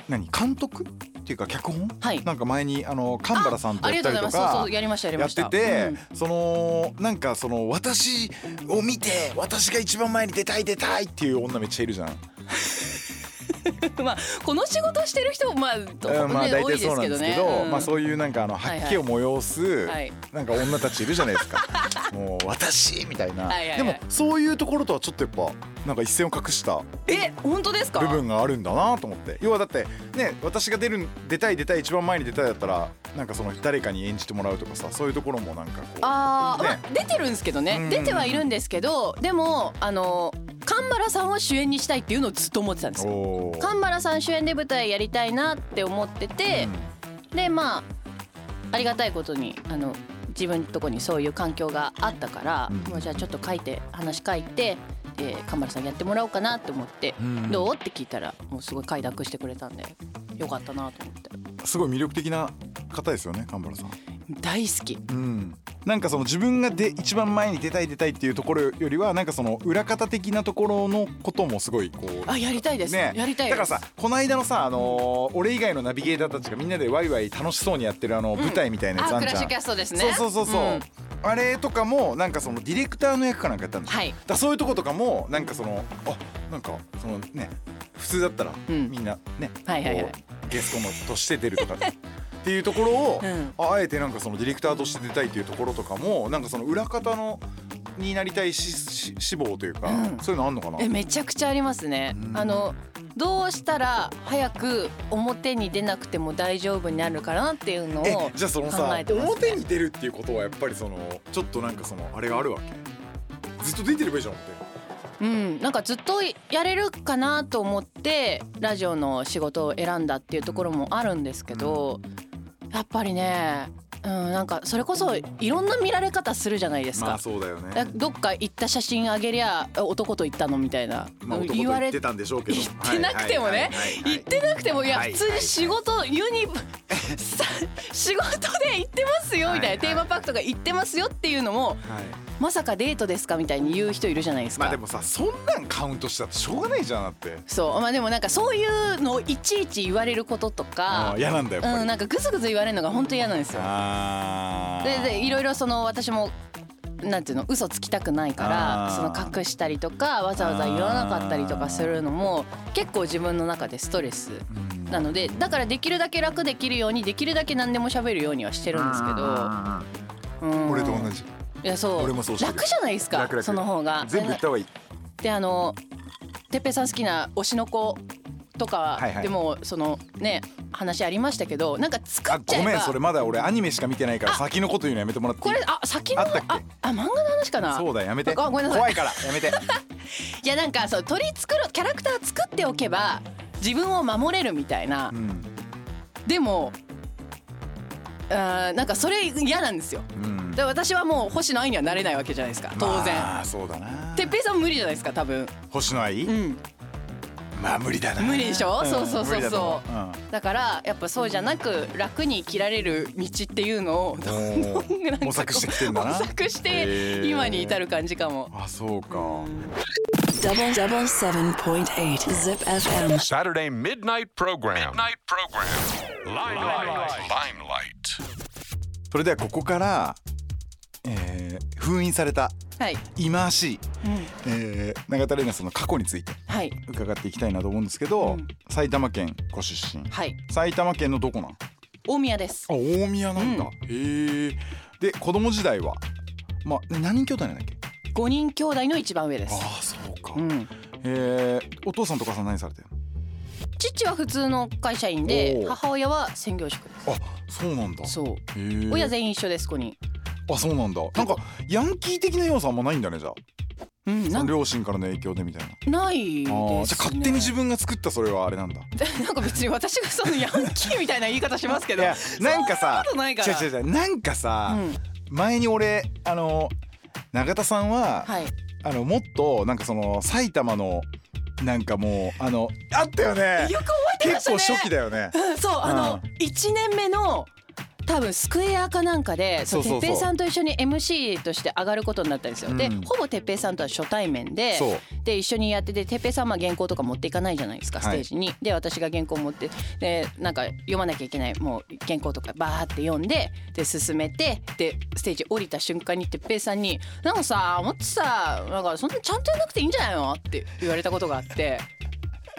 Speaker 3: 何監督っていうか脚本、
Speaker 4: はい
Speaker 3: なんか前にあの神原さんと
Speaker 4: あり
Speaker 3: やっ
Speaker 4: がと
Speaker 3: た
Speaker 4: う
Speaker 3: り
Speaker 4: ござい
Speaker 3: と
Speaker 4: ますそう
Speaker 3: か
Speaker 4: そうやりましたやり
Speaker 3: や
Speaker 4: ま
Speaker 3: っ
Speaker 4: した
Speaker 3: てて、そのなんかその私を見て私が一番前に出たい出たいっていう女めっちゃいるじゃん。
Speaker 4: うん [laughs] まあこの仕事してる人もまあ、
Speaker 3: うんまあ
Speaker 4: ね
Speaker 3: 大
Speaker 4: 多いで
Speaker 3: 体そう
Speaker 4: す
Speaker 3: な
Speaker 4: け
Speaker 3: んで
Speaker 4: ど
Speaker 3: すけ
Speaker 4: ね
Speaker 3: ど、
Speaker 4: うん
Speaker 3: まあそういうなんかあの
Speaker 4: はい
Speaker 3: 発気を催す
Speaker 4: はい
Speaker 3: なんか女たちいるじゃないで
Speaker 4: [laughs]
Speaker 3: すか。もう私みたいな。
Speaker 4: はいはいはい
Speaker 3: でもそういうところとはちょっとやっぱなんか一線を画した
Speaker 4: え本当ですか
Speaker 3: 部分があるんだなと思って。要はだってね私が出る出たい出たい一番前に出たいだったらなんかその誰かに演じてもらうとかさそういうところもなんかこう。
Speaker 4: あー、
Speaker 3: ね
Speaker 4: まあ出てるんですけどね、
Speaker 3: うん
Speaker 4: 出てはいるんですけどでもあの神原さんを主演にしたいっていうのをずっと思ってたんですよ
Speaker 3: おー
Speaker 4: 神原さん主演で舞台やりたいなって思ってて、でまあありがたいことにあの自分のとこにそういう環境があったから、
Speaker 3: うん
Speaker 4: もうじゃあちょっと書いて話書いて、えー、神原さんやってもらおうかなって思って「
Speaker 3: ん
Speaker 4: どう?」って聞いたらもうすごい快諾してくれたんでよかったなと思って
Speaker 3: すごい魅力的な方ですよね神原さん
Speaker 4: 大好き
Speaker 3: うん、なんかその自分がで一番前に出たい出たいっていうところよりはなんかその裏方的なところのこともすごいこう
Speaker 4: あやりたいです、
Speaker 3: ね
Speaker 4: やりたいで
Speaker 3: だから
Speaker 4: す
Speaker 3: さこの間のさ、あのー俺以外のナビゲーターたちがみんなでワイワイ楽しそうにやってるあの舞台みたいなやつあ
Speaker 4: あ
Speaker 3: ん
Speaker 4: ク
Speaker 3: じ
Speaker 4: ラッシ
Speaker 3: ゃん、
Speaker 4: ュキャストですね
Speaker 3: そうそうそうそう、
Speaker 4: ん
Speaker 3: あれとかもなんかそのディレクターの役かなんかやったんでしょ、
Speaker 4: はい
Speaker 3: だからそういうとことかもなんかそのあなんかそのね普通だったら
Speaker 4: うん
Speaker 3: みんなね、
Speaker 4: はいはいはい
Speaker 3: こうゲストのとして出るとかっていうところを、
Speaker 4: うん
Speaker 3: ああえてなんかそのディレクターとして出たいっていうところとかもなんかその裏方のになりたいしし志望というか、
Speaker 4: うん
Speaker 3: そういうのあんのかな
Speaker 4: えめちゃくちゃありますね、
Speaker 3: うん
Speaker 4: あのどうしたら早く表に出なくても大丈夫になるかなっていうのを
Speaker 3: え
Speaker 4: 考
Speaker 3: じゃあそのさ、
Speaker 4: えてます
Speaker 3: 表
Speaker 4: ね
Speaker 3: に出るっていうことはやっぱりそのちょっとなんかそのあれがあるわけずっと出てればいいじゃんって。
Speaker 4: うんなんかずっとやれるかなと思ってラジオの仕事を選んだっていうところもあるんですけど、やっぱりねうんなんかそれこそいろんな見られ方するじゃないですか、
Speaker 3: まあそうだよね
Speaker 4: だどっか行った写真あげりゃあ男と行ったのみたいな、
Speaker 3: まあ、男と
Speaker 4: 言わ
Speaker 3: 言
Speaker 4: れ
Speaker 3: ってたんでしょうけど
Speaker 4: 言ってなくてもね
Speaker 3: はいはいはいはい
Speaker 4: 行ってなくてもいや
Speaker 3: はい
Speaker 4: 普通に仕事ユニさ仕事で行ってますよみた
Speaker 3: は
Speaker 4: い
Speaker 3: いはい
Speaker 4: なテーマパークとか行ってますよっていうのも
Speaker 3: はい
Speaker 4: まさかデートですかみたいに言う人いるじゃないです
Speaker 3: まあ
Speaker 4: か
Speaker 3: で。もさそんなんカウントしたってしょうがないじゃんだって
Speaker 4: そうまあでもなんかそういうのをいちいち言われることと
Speaker 3: あ
Speaker 4: か
Speaker 3: ー嫌なんだやっぱり、
Speaker 4: うんなんかグズグズ言われるのが本当嫌なんですよ。
Speaker 3: あ
Speaker 4: ででいろいろその私もなんていうの嘘つきたくないから
Speaker 3: あー
Speaker 4: その隠したりとかわざわざ言わなかったりとかするのも結構自分の中でストレスなのでだからできるだけ楽できるようにできるだけ何でも喋るようにはしてるんですけど、うん
Speaker 3: 俺と同じ
Speaker 4: いやそう
Speaker 3: 俺もそうしてる
Speaker 4: 楽じゃないですか
Speaker 3: 楽々
Speaker 4: その方が
Speaker 3: 全部言った方がいい
Speaker 4: であのてっぺいさん好きな推しの子とか
Speaker 3: はいはい
Speaker 4: でもそのね話ありましたけどなんか作
Speaker 3: あ
Speaker 4: っちゃ
Speaker 3: ご
Speaker 4: えば
Speaker 3: めんそれまだ俺アニメしか見てないから先のこと言うのやめてもらっていい
Speaker 4: これあ先の
Speaker 3: あったっけ
Speaker 4: ああ漫画の話かな
Speaker 3: そうだよやめて
Speaker 4: あごめんなさい
Speaker 3: 怖いからやめて
Speaker 4: いやなんかそう取り繕キャラクター作っておけば自分を守れるみたいな、
Speaker 3: うん
Speaker 4: でもあーなんかそれ嫌なんですよ
Speaker 3: うん
Speaker 4: だから私はもう星野愛にはなれないわけじゃないですか当然、
Speaker 3: まあそうだな
Speaker 4: てっぺいさん無理じゃないですか多分
Speaker 3: 星の愛、
Speaker 4: ん
Speaker 3: まあ無理だな
Speaker 4: 無理でしょ
Speaker 3: ん
Speaker 4: そうそうそうそう
Speaker 3: 無理だと思うん
Speaker 4: だからやっぱそうじゃなく楽に生きられる道っていうのをどんどん
Speaker 3: おー
Speaker 4: なんかこう
Speaker 3: [laughs] 模索してきてんだな
Speaker 4: 模索し
Speaker 3: へー
Speaker 4: て今に至る感じかも
Speaker 3: あそうか
Speaker 1: Double double seven point eight Zip FM.
Speaker 2: Saturday midnight program. Midnight program. Limelight. Limelight.
Speaker 3: それではここから、えー封印された
Speaker 4: はい
Speaker 3: 忌まわしい、えー永田玲奈さんの過去について
Speaker 4: はい
Speaker 3: 伺っていきたいなと思うんですけ
Speaker 4: う
Speaker 3: ど、
Speaker 4: ん
Speaker 3: 埼玉県ご出身
Speaker 4: はい
Speaker 3: 埼玉県のどこなんあ
Speaker 4: 大宮です
Speaker 3: 大宮なんだ、
Speaker 4: うん
Speaker 3: へえで子供時代はまあね何人兄弟なんだっけ
Speaker 4: 五人兄弟の一番上です
Speaker 3: ああそうか、
Speaker 4: うん
Speaker 3: えーお父さんとお母さん何されてる
Speaker 4: 父は普通の会社員
Speaker 3: お
Speaker 4: で
Speaker 3: ー
Speaker 4: 母親は専業職です
Speaker 3: のあそうなんだ
Speaker 4: そう
Speaker 3: へー
Speaker 4: 親全員一緒ですここに
Speaker 3: あそうなんだなんかヤンキー的な要素あんまないんだねじゃ
Speaker 4: うんな
Speaker 3: あ
Speaker 4: ん
Speaker 3: 両親からの影響でみたいな
Speaker 4: ないです
Speaker 3: あ
Speaker 4: ね
Speaker 3: ーじゃあ勝手に自分が作ったそれはあれなんだ
Speaker 4: [laughs] なんか別に私がそのヤンキーみたいな言い方しますけど
Speaker 3: いやなんかさ
Speaker 4: そんなことないから
Speaker 3: 違う違う違うなんかさ、
Speaker 4: うん
Speaker 3: 前に俺あの永田さんは、
Speaker 4: はい
Speaker 3: あのもっとなんかその埼玉のなんかもうあのあったよね
Speaker 4: よく覚えてまし
Speaker 3: 結
Speaker 4: たね
Speaker 3: 構初期だよね
Speaker 4: うんそうあの
Speaker 3: うん
Speaker 4: 一年目の多分スクエアかなんかでそう
Speaker 3: そうそうそう
Speaker 4: 哲平さんと一緒に MC として上がることになったんですよ、で
Speaker 3: うん
Speaker 4: ほぼ哲平さんとは初対面で
Speaker 3: そう
Speaker 4: で一緒にやってて哲平さんは原稿とか持っていかないじゃないですか
Speaker 3: は
Speaker 4: ス
Speaker 3: い
Speaker 4: テージに、で私が原稿持ってでなんか読まなきゃいけないもう原稿とかバーって読んでで進めてでステージ降りた瞬間に哲平さんに「なんかさもっとさなんかそんなちゃんとやんなくていいんじゃないの?」って言われたことがあって。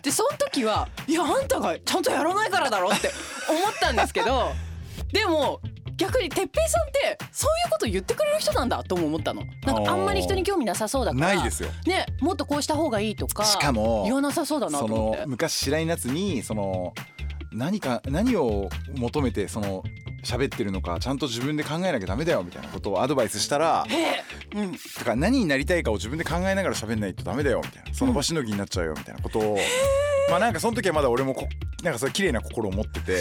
Speaker 4: でその時は「いやあんたがちゃんとやらないからだろ」って思ったんですけどでも逆に哲平さんってそういうこと言ってくれる人なんだとも思ったのなんかあんまり人に興味なさそうだから
Speaker 3: ないですよ
Speaker 4: ねもっとこうした方がいいとか
Speaker 3: しかも
Speaker 4: 言わなさそうだなと
Speaker 3: そ
Speaker 4: 思っ
Speaker 3: の
Speaker 4: て
Speaker 3: 昔白井夏にその何か何を求めてその喋ってるのかちゃんと自分で考えなきゃダメだよみたいなことをアドバイスしたら、うん、だから何になりたいかを自分で考えながら喋んないとダメだよみたいなその場しのぎになっちゃうよみたいなことを、まあなんかその時はまだ俺もこなんかそれ綺麗な心を持ってて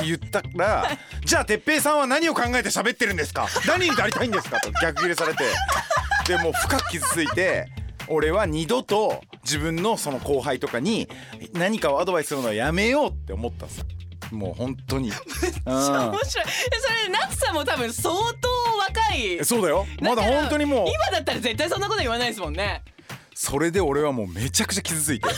Speaker 3: で言ったら「じゃあ哲平さんは何を考えて喋ってるんですか何になりたいんですか?」と逆ギレされてでもう深く傷ついて。俺は二度と自分のその後輩とかに何かをアドバイスするのはやめようって思ったんですよもう本当にうん
Speaker 4: 面白いえそれ夏さんも多分相当若い
Speaker 3: えそうだよまだ
Speaker 4: から
Speaker 3: 本当にもう
Speaker 4: 今だったら絶対そんなこと言わないですもんね
Speaker 3: それで俺はもうめちゃくちゃ傷つ
Speaker 4: [laughs]
Speaker 3: いて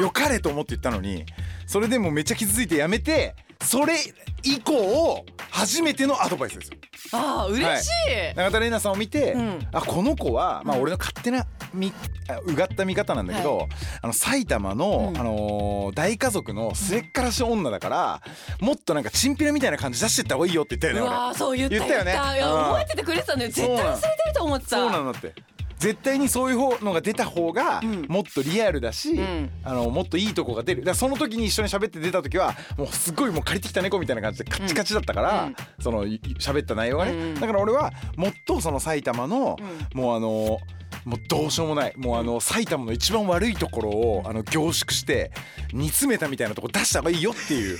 Speaker 3: よかれと思って言ったのにそれでもうめっちゃ傷ついてやめてそれ以降初めてのアドバイスですよ
Speaker 4: ああ嬉しい、
Speaker 3: 永田玲奈さんを見て、
Speaker 4: ん
Speaker 3: あこの子は、まあ、俺の勝手なみあうがった見方なんだけど、あの埼玉の、
Speaker 4: うん
Speaker 3: あのー大家族の末っからし女だから、もっとなんかチンピラみたいな感じ出してった方がいいよって言った
Speaker 4: う
Speaker 3: よね
Speaker 4: わ
Speaker 3: 俺
Speaker 4: ーそう言った
Speaker 3: 言ったよね
Speaker 4: 言ったいや
Speaker 3: うん
Speaker 4: 覚えててくれてたんだよ絶対
Speaker 3: そうな
Speaker 4: 忘
Speaker 3: の
Speaker 4: れてると思ってた
Speaker 3: そうなんだって絶対にそういう方のが出た方が
Speaker 4: ん
Speaker 3: もっとリアルだし、
Speaker 4: ん
Speaker 3: あのもっといいとこが出るだからその時に一緒に喋って出た時はもうすごいもう借りてきた猫みたいな感じでカッチカチだったから、
Speaker 4: うん
Speaker 3: そのいい喋った内容がね、
Speaker 4: うん
Speaker 3: だから俺はもっとその埼玉の、もうあのもうどうしようもないもうあの埼玉の一番悪いところをあの凝縮して煮詰めたみたいなとこ出した方がいいよっていう、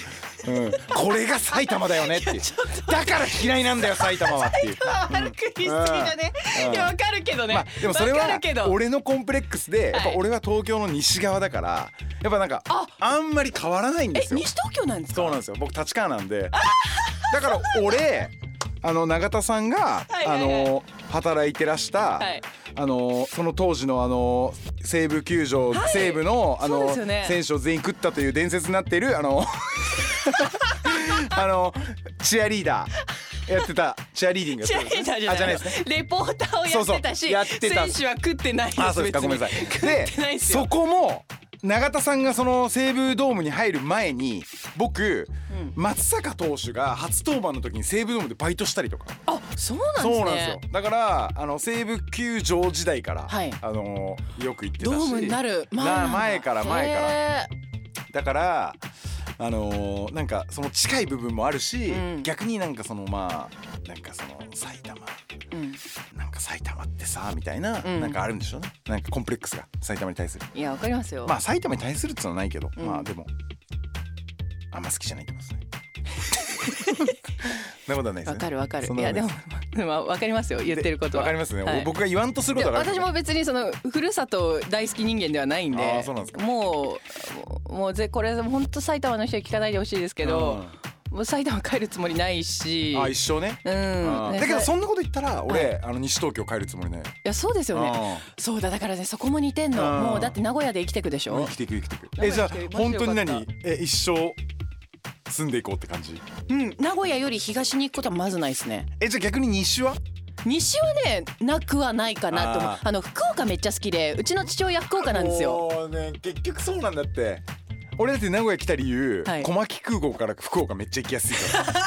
Speaker 3: うん、これが埼玉だ
Speaker 4: [laughs]
Speaker 3: よねっていうだから嫌いなんだよ埼玉はっていう。
Speaker 4: 悪く言い過ぎだね
Speaker 3: うん
Speaker 4: いやわかるけどね、
Speaker 3: まあ、でもそれ
Speaker 4: わかる
Speaker 3: は
Speaker 4: けど
Speaker 3: 俺のコンプレックスでやっぱ
Speaker 4: はい
Speaker 3: 俺は東京の西側だからやっぱなんか
Speaker 4: あ
Speaker 3: あんまり変わらないんで
Speaker 4: え
Speaker 3: すよ
Speaker 4: 西東京なんですか
Speaker 3: そうなんですよ僕立川なんでだから俺あの永田さんが
Speaker 4: はい
Speaker 3: あ
Speaker 4: はいはい
Speaker 3: の働いてらした
Speaker 4: はい
Speaker 3: あのその当時のあの西武球場
Speaker 4: はい
Speaker 3: 西武のあ
Speaker 4: そうで
Speaker 3: の
Speaker 4: すよね
Speaker 3: 選手を全員食ったという伝説になっている
Speaker 4: [laughs]
Speaker 3: あのあのチアリーダーやってたチアリーディングやっ
Speaker 4: チ
Speaker 3: て
Speaker 4: ア
Speaker 3: た
Speaker 4: リ
Speaker 3: んですね
Speaker 4: ーダーじゃ
Speaker 3: あじ
Speaker 4: な
Speaker 3: ゃない
Speaker 4: い
Speaker 3: ですね
Speaker 4: レポーターをやってた
Speaker 3: そうそう
Speaker 4: し
Speaker 3: やってた
Speaker 4: 選手は食ってないです
Speaker 3: あそうですかごめんなさい
Speaker 4: 別に
Speaker 3: で
Speaker 4: 食ってないですよ
Speaker 3: そこも永田さんがその西武ドームに入る前に僕、松坂投手が初登板の時に西武ドームでバイトしたりとか
Speaker 4: あそうなんですね
Speaker 3: そうなんですよだからあの西武球場時代から、
Speaker 4: はい
Speaker 3: あのよく行ってた
Speaker 4: ド
Speaker 3: し
Speaker 4: ームになる前なんだ
Speaker 3: な前から前から
Speaker 4: へ
Speaker 3: だからあのーなんかその近い部分もあるし、
Speaker 4: うん
Speaker 3: 逆になんかそのまあなんかその埼玉
Speaker 4: ーうん
Speaker 3: なんか埼玉ってさみたいな、
Speaker 4: うん
Speaker 3: なんかあるんでしょうねなんかコンプレックスが埼玉に対する。
Speaker 4: いやわかりますよ、
Speaker 3: まあ埼玉に対するってのはないけど、
Speaker 4: うん
Speaker 3: まあでもあんま好きじゃないってこと
Speaker 4: [laughs]
Speaker 3: ですね。そんなことはないですね。
Speaker 4: わかるわかる
Speaker 3: そん
Speaker 4: い
Speaker 3: なこ
Speaker 4: や
Speaker 3: と
Speaker 4: で
Speaker 3: ない
Speaker 4: も
Speaker 3: す
Speaker 4: まあわかりますよ言ってることは
Speaker 3: わかりますね、
Speaker 4: はい
Speaker 3: 僕が言わんとする
Speaker 4: い
Speaker 3: こ
Speaker 4: や
Speaker 3: とがある
Speaker 4: 私も別にそのふるさと大好き人間ではないんで
Speaker 3: あーそうなんですか
Speaker 4: もうもうぜこれ本当埼玉の人に聞かないでほしいですけど、もう埼玉帰るつもりないし
Speaker 3: うんあ一生ね。
Speaker 4: うん
Speaker 3: あ
Speaker 4: ね
Speaker 3: ーだけど
Speaker 4: そ
Speaker 3: そ
Speaker 4: い
Speaker 3: んなこと言ったら俺、あの西東京帰るつもりない。
Speaker 4: やそうですよねそうだだからねそこも似てんの
Speaker 3: うん
Speaker 4: もうだって名古屋で生きてくでし
Speaker 3: うん
Speaker 4: ょ
Speaker 3: 生きていく生きていく。
Speaker 4: 長い
Speaker 3: えじゃあ
Speaker 4: 生きていく
Speaker 3: 本当に
Speaker 4: マジ
Speaker 3: 何
Speaker 4: で
Speaker 3: え一生住んでいこうって感じ。
Speaker 4: うん名古屋より東に行くことはまずないですね
Speaker 3: えじゃあ逆に西は？
Speaker 4: 西はねなくはないかなと思う
Speaker 3: あ
Speaker 4: あ
Speaker 3: ー
Speaker 4: の福岡めっちゃ好きでうちの父親福岡なんですよ
Speaker 3: もうね結局そうなんだって。俺だって名古屋来た理由、
Speaker 4: はい
Speaker 3: 小牧空港から福岡めっちゃ行きやすい
Speaker 4: [laughs]
Speaker 3: から。うん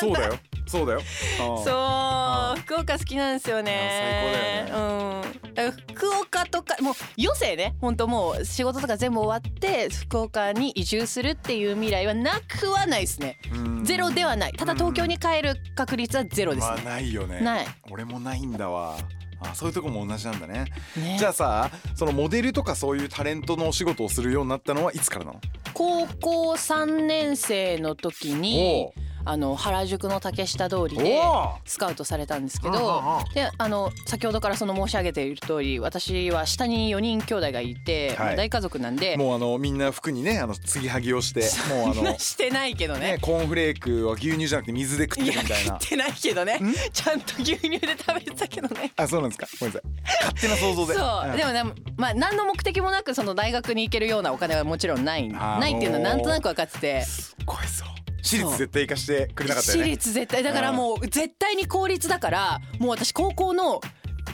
Speaker 3: そうだよ。そうだよ。うん
Speaker 4: そう福岡好きなんですよね
Speaker 3: いや最
Speaker 4: うんだから福岡とかもう余生ね本当もう仕事とか全部終わって福岡に移住するっていう未来はなくはないですね
Speaker 3: うん
Speaker 4: ゼロではないただ東京に帰る確率はゼロです
Speaker 3: まあ
Speaker 4: ね
Speaker 3: ないよね。
Speaker 4: ない
Speaker 3: 俺もないんだわ。あそういうとこも同じなんだね。
Speaker 4: ね
Speaker 3: じゃあさ、そのモデルとかそういうタレントのお仕事をするようになったのはいつからなの？
Speaker 4: 高校3年生の時に
Speaker 3: お
Speaker 4: あの原宿の竹下通りで
Speaker 3: おう
Speaker 4: スカウトされたんですけ
Speaker 3: うんうん
Speaker 4: ど
Speaker 3: うん
Speaker 4: であの先ほどからその申し上げている通り私は下に4人兄弟がいて、
Speaker 3: はい
Speaker 4: まあ大家族なんで
Speaker 3: もうあのみんな服にねあの継ぎはぎをして、もうあ
Speaker 4: [laughs]
Speaker 3: の
Speaker 4: してないけどね
Speaker 3: ねコーンフレークは牛乳じゃなくて水で食っ
Speaker 4: い
Speaker 3: て
Speaker 4: や
Speaker 3: るみたい
Speaker 4: 食
Speaker 3: な
Speaker 4: っ。てないけどねちゃんと牛乳で食べてたけど
Speaker 3: [laughs]
Speaker 4: ね。
Speaker 3: あそうなんですか。ごめんなさい。勝手な想像
Speaker 4: そ
Speaker 3: で。
Speaker 4: うでもね、まあ、何の目的もなくその大学に行けるようなお金はもちろんない
Speaker 3: あー
Speaker 4: ないっていうのはなんとなく分かってて
Speaker 3: すっごいそう。私立絶対行かしてくれなかったよね。
Speaker 4: 私立絶対だからもう絶対に公立だからもう私高校の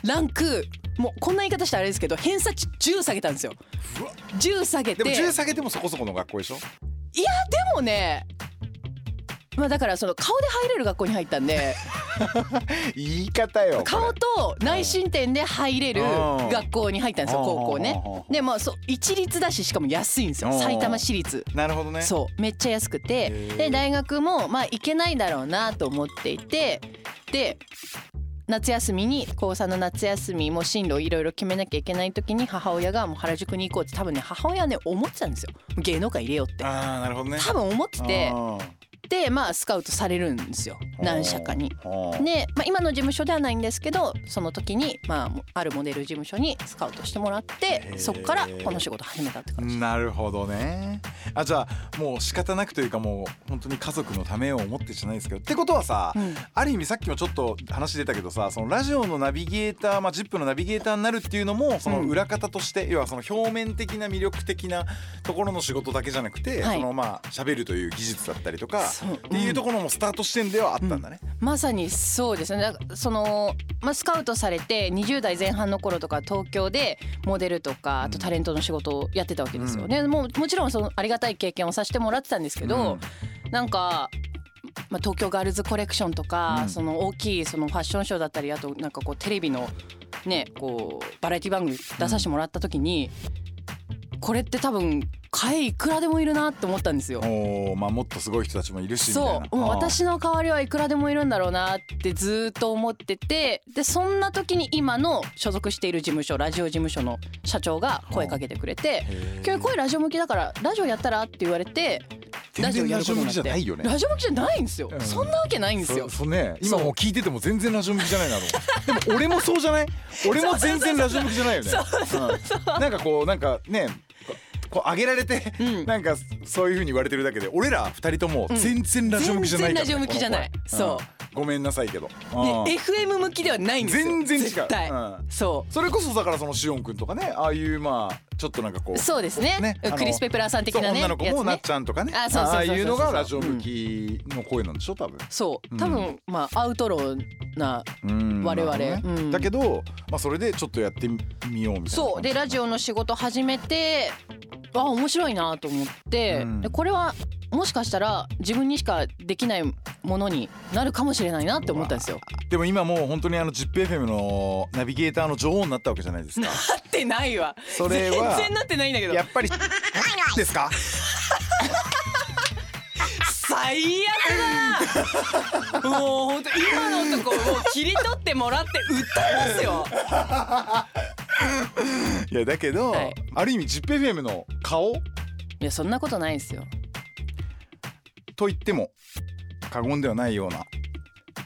Speaker 4: ランクもうこんな言い方したらあれですけど偏差値10下げたんですよ
Speaker 3: うわ
Speaker 4: 10下げて
Speaker 3: でも
Speaker 4: いや
Speaker 3: 10下げてもそこそこの学校でしょ。
Speaker 4: でもねまあだからその顔で入れる学校に入ったんで
Speaker 3: 言い方よこれ
Speaker 4: 顔と内申点で入れる
Speaker 3: うん
Speaker 4: 学校に入ったんですよ
Speaker 3: うん
Speaker 4: 高校ね
Speaker 3: うんうんうん
Speaker 4: でまあそう一律だししかも安いんですよ
Speaker 3: うん
Speaker 4: 埼玉市立
Speaker 3: なるほどね
Speaker 4: そうめっちゃ安くて
Speaker 3: へー
Speaker 4: で大学もまあ行けないだろうなと思っていてで夏休みに高3の夏休みもう進路をいろいろ決めなきゃいけない時に母親がもう原宿に行こうって多分ね母親はね思ってたんですよ芸能界入れようって
Speaker 3: ああなるほどね
Speaker 4: 多分思っててでまあスカウトされるんですよ何社かに。で、
Speaker 3: ね
Speaker 4: まあ、今の事務所ではないんですけどその時に、まあ、あるモデル事務所にスカウトしてもらって
Speaker 3: ー
Speaker 4: そこからこの仕事始めたって感じ
Speaker 3: なるほどねあじゃあもう仕方なくというかもう本当に家族のためを思ってじゃないですけどってことはさ、
Speaker 4: うん
Speaker 3: ある意味さっきもちょっと話出たけどさそのラジオのナビゲーター、まあ、ZIP のナビゲーターになるっていうのもその
Speaker 4: うん
Speaker 3: 裏方として、要はその表面的な魅力的なところの仕事だけじゃなくて、
Speaker 4: はい
Speaker 3: そのまあ喋るという技術だったりとか
Speaker 4: そう
Speaker 3: っていうところもスタート視点ではあったんだね。
Speaker 4: まさにそうですねだからその、まあ、スカウトされて20代前半の頃とか東京でモデルとかあとタレントの仕事をやってたわけですよ、
Speaker 3: うん
Speaker 4: ねもうもちろんそのありがたい経験をさせてもらってたんですけど、なんか、まあ、東京ガールズコレクションとか、
Speaker 3: うん
Speaker 4: その大きいそのファッションショーだったりあとなんかこうテレビのねこうバラエティ番組出させてもらった時に、これって多分替えいくらでもいるなって思ったんですよ。
Speaker 3: おーまあ、もっとすごい人たちもいるしみたい
Speaker 4: そ
Speaker 3: な
Speaker 4: うもう
Speaker 3: あー
Speaker 4: 私の代わりはいくらでもいるんだろうなってずーっと思っててでそんな時に今の所属している事務所ラジオ事務所の社長が声かけてくれて「今日声ラジオ向きだからラジオやったら?」って言われて
Speaker 3: 全然ラジオ向きじゃないよね
Speaker 4: ラジオ向きじゃないんですよ、
Speaker 3: うん
Speaker 4: そんなわけないんですよ
Speaker 3: そそうね今もう聞いてても全然ラジオ向きじゃないなと思うでも俺もそうじ
Speaker 4: [laughs]
Speaker 3: ゃない俺も全然ラジオ向きじゃないよねうんなんかこうなんかねここう上げられて、
Speaker 4: うん
Speaker 3: なんかそういう風に言われてるだけで俺ら二人とも全然ラジオ向きじゃないから
Speaker 4: 全然ラ
Speaker 3: ね
Speaker 4: ジオ向きじゃない
Speaker 3: この子
Speaker 4: そうん
Speaker 3: ごめんなさいけど、うん
Speaker 4: で FM 向きではないんですよ
Speaker 3: 全然違う
Speaker 4: 絶対、
Speaker 3: うん
Speaker 4: そ
Speaker 3: それこそだからそのしおんくんとかねああいうまあちょっとなんかこ
Speaker 4: う
Speaker 3: う
Speaker 4: そうですね
Speaker 3: ねあの
Speaker 4: クリス・ペプラーさん的な
Speaker 3: そう
Speaker 4: ね
Speaker 3: 女の子もな
Speaker 4: や
Speaker 3: っ
Speaker 4: つ
Speaker 3: ちゃんとかね
Speaker 4: あそうそうそうそうそう
Speaker 3: いうのがラジオ向きの声なんでしょ多分
Speaker 4: そう
Speaker 3: うん
Speaker 4: 多分、まあアウトローな
Speaker 3: うん
Speaker 4: 我々
Speaker 3: なるほどね
Speaker 4: うん
Speaker 3: だけど、まあ、それでちょっとやってみようみたいな
Speaker 4: そうでラジオの仕事始めてあ面白いなと思って、
Speaker 3: うん
Speaker 4: でこれはもしかしたら自分にしかできないものになるかもしれないなって思ったんですよ。
Speaker 3: でも今もう本当にあの ZIPFM のナビゲーターの女王になったわけじゃないですか
Speaker 4: なってないわ
Speaker 3: それは
Speaker 4: 全然なってないんだけど
Speaker 3: [laughs] やっぱりですか
Speaker 4: 最悪だ
Speaker 3: [laughs]
Speaker 4: なもう本当今のとこもう切り取ってもらって訴えますよ
Speaker 3: いやだけど、
Speaker 4: はい
Speaker 3: ある意味 ZIPFM の顔
Speaker 4: いやそんなことないですよ
Speaker 3: と言っても過言ではないような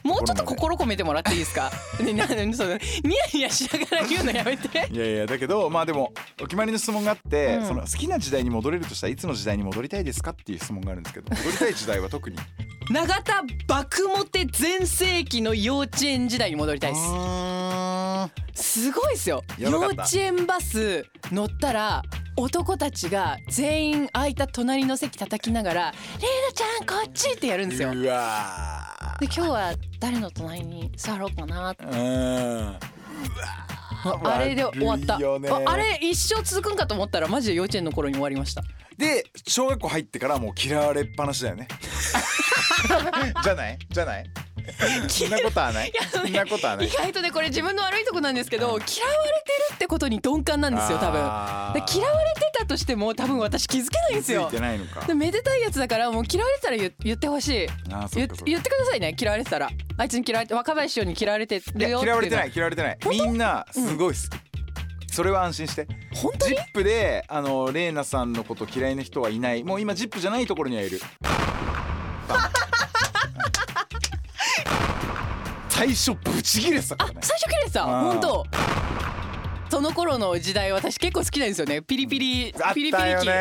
Speaker 4: もうちょっと心込めてもらっていいですか [laughs] ねななそのニヤニヤしながら言うのやめて
Speaker 3: いやいやだけどまあでもお決まりの質問があって、
Speaker 4: うん
Speaker 3: その好きな時代に戻れるとしたらいつの時代に戻りたいですかっていう質問があるんですけど戻りたい時代
Speaker 4: [laughs]
Speaker 3: は特に
Speaker 4: 永田爆モテ全盛期の幼稚園時代に戻りたいで
Speaker 3: あ
Speaker 4: すすごいですよ
Speaker 3: や
Speaker 4: 幼
Speaker 3: ばかった
Speaker 4: 稚園バス乗ったら男たちが全員空いた隣の席叩きながら「レイナちゃんこっち!」ってやるんですよ
Speaker 3: ーうわー
Speaker 4: で今日は誰の隣に座ろうかなって
Speaker 3: うん
Speaker 4: あれで終わった
Speaker 3: 悪いよね
Speaker 4: ああれ一生続くんかと思ったらマジで幼稚園の頃に終わりました
Speaker 3: で小学校入ってからもう嫌われっぱなしだ
Speaker 4: [laughs]
Speaker 3: よねじゃないじゃないそんなことはないそんなことはない
Speaker 4: 意外とねこれ自分の悪いとこなんですけど嫌われてるってことに鈍感なんですよ多分
Speaker 3: あー
Speaker 4: で嫌われてたとしても多分私気づけないんですよ
Speaker 3: ついてないのか
Speaker 4: でめでたいやつだからもう嫌われてたら言言ってほしい
Speaker 3: あーそっ
Speaker 4: 言
Speaker 3: かそっか
Speaker 4: 言ってくださいね嫌われてたらあいつに嫌われて若林師匠に嫌われて
Speaker 3: い
Speaker 4: る
Speaker 3: や
Speaker 4: よっていうの
Speaker 3: 嫌われてない嫌われてないみんなすごい好き、それは安心して
Speaker 4: 本当
Speaker 3: ジ
Speaker 4: に
Speaker 3: ップであのレイナさんのこと嫌いな人はいないもう今ジップじゃないところにはいる [laughs] 最初ブチギレてたからね
Speaker 4: 最初嫌いでした
Speaker 3: あー
Speaker 4: 本当その頃の時代私結構好きなんですよねピリピリ
Speaker 3: あったよね
Speaker 4: ピリピリ期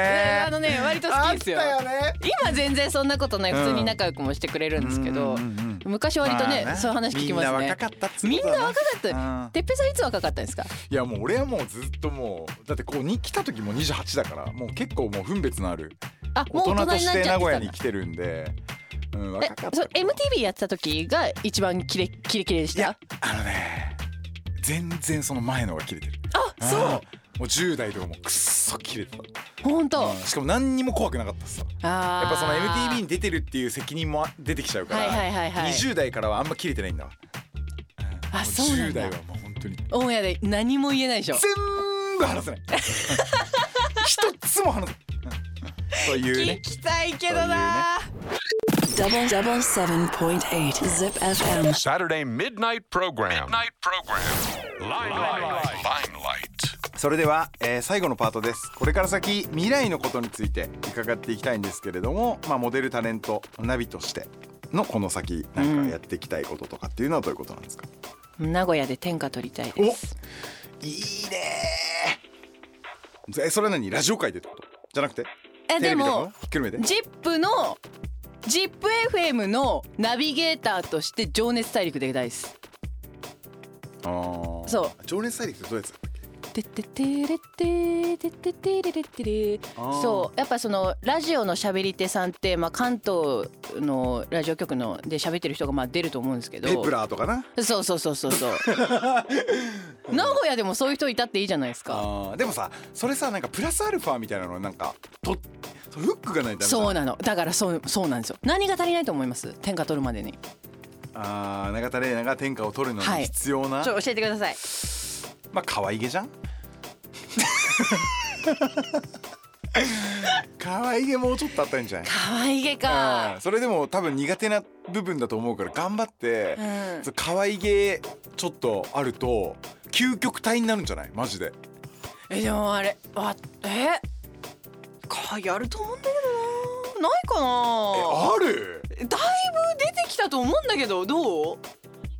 Speaker 4: あのね割と好きですよ
Speaker 3: あったよね
Speaker 4: 今全然そんなことない
Speaker 3: うん
Speaker 4: 普通に仲良くもしてくれるんですけど、
Speaker 3: うんうんうん
Speaker 4: 昔割とね、
Speaker 3: まあな
Speaker 4: そういう話聞きますね
Speaker 3: みんな若かったっつう
Speaker 4: み
Speaker 3: こ
Speaker 4: ん
Speaker 3: とだ
Speaker 4: な
Speaker 3: な
Speaker 4: 若かった
Speaker 3: うん
Speaker 4: てっぺいさんいつ若かったんですか
Speaker 3: いやもう俺はもうずっともうだってこうに来た時も28だからもう結構もう分別のある
Speaker 4: あ
Speaker 3: 大
Speaker 4: もう大
Speaker 3: 人
Speaker 4: 人
Speaker 3: と
Speaker 4: に
Speaker 3: し
Speaker 4: なっちゃってて
Speaker 3: 名
Speaker 4: たん
Speaker 3: 古屋
Speaker 4: だ
Speaker 3: に来てるんで、うん、
Speaker 4: え
Speaker 3: 若かった
Speaker 4: そう MTV やってた時が一番キレキレキレでし
Speaker 3: いや
Speaker 4: た
Speaker 3: あのね全然その前の方が切れてる
Speaker 4: あそう
Speaker 3: あーもう10代とかもうくっそ切れてた
Speaker 4: 本当。
Speaker 3: うんしかも何にも怖くなかったっすやっ
Speaker 4: あー
Speaker 3: ぱその MTV に出てるっていう責任も出てきちゃうから、
Speaker 4: はいはいはいはい
Speaker 3: 20代からはあんま切れてないんだわ
Speaker 4: あ
Speaker 3: も
Speaker 4: そうなん
Speaker 3: 10
Speaker 4: だ
Speaker 3: 代はもう本当に
Speaker 4: オンエアで何も言えないでしょ
Speaker 3: 全
Speaker 4: [laughs]
Speaker 3: 部話せない一つも話せないうんというね
Speaker 4: 聞きたいけどなー、
Speaker 1: Double double seven point eight Zip FM.
Speaker 2: Saturday midnight program. Midnight program. Limelight. Limelight.
Speaker 3: それでは、えー最後のパートですこれから先未来のことについて伺っていきたいんですけれども、まあ、モデルタレントナビとしてのこの先なんかやっていきたいこととかっていうのはどういうことなんですか、
Speaker 4: 名古屋で天下取りたいです
Speaker 3: いいねーえそれは何ラジオ界でってことじゃなくて
Speaker 4: え
Speaker 3: テレ
Speaker 4: で
Speaker 3: ビとか
Speaker 4: も
Speaker 3: もひっくるめて
Speaker 4: ZIP の ZIPFM のナビゲーターとして情熱大陸でたいです
Speaker 3: あー
Speaker 4: そう
Speaker 3: 情熱大陸ってどうやつだったっけ
Speaker 4: てっててれっててっててれれってれ
Speaker 3: あー
Speaker 4: そうやっぱそのラジオのしゃべり手さんって、まあ、関東のラジオ局ので喋ってる人がまあ出ると思うんですけど
Speaker 3: ペプラーとかな
Speaker 4: そうそうそうそうそう名古屋でもそういう人いたっていいじゃないですか
Speaker 3: あーでもさそれさなんかプラスアルファみたいなのなんかとそれフックがないとダメだ
Speaker 4: そうなのだからそうそうなんですよ何が足りないと思います天下取るまでに
Speaker 3: あー永田玲奈が天下を取るのに
Speaker 4: はい
Speaker 3: 必要な、
Speaker 4: ちょ教えてください
Speaker 3: まあ可愛げじ
Speaker 4: [laughs]
Speaker 3: ゃん [laughs] 可愛げもうちょっとあったんじゃない
Speaker 4: 可愛げ
Speaker 3: う
Speaker 4: か
Speaker 3: んそれでも多分苦手な部分だと思うから頑張って、
Speaker 4: うん
Speaker 3: そう可愛げちょっとあると究極体になるんじゃないマジで
Speaker 4: えでもあれわえかやると思うんだけどなないか
Speaker 3: え
Speaker 4: な
Speaker 3: ある
Speaker 4: だいぶ出てきたと思うんだけどどう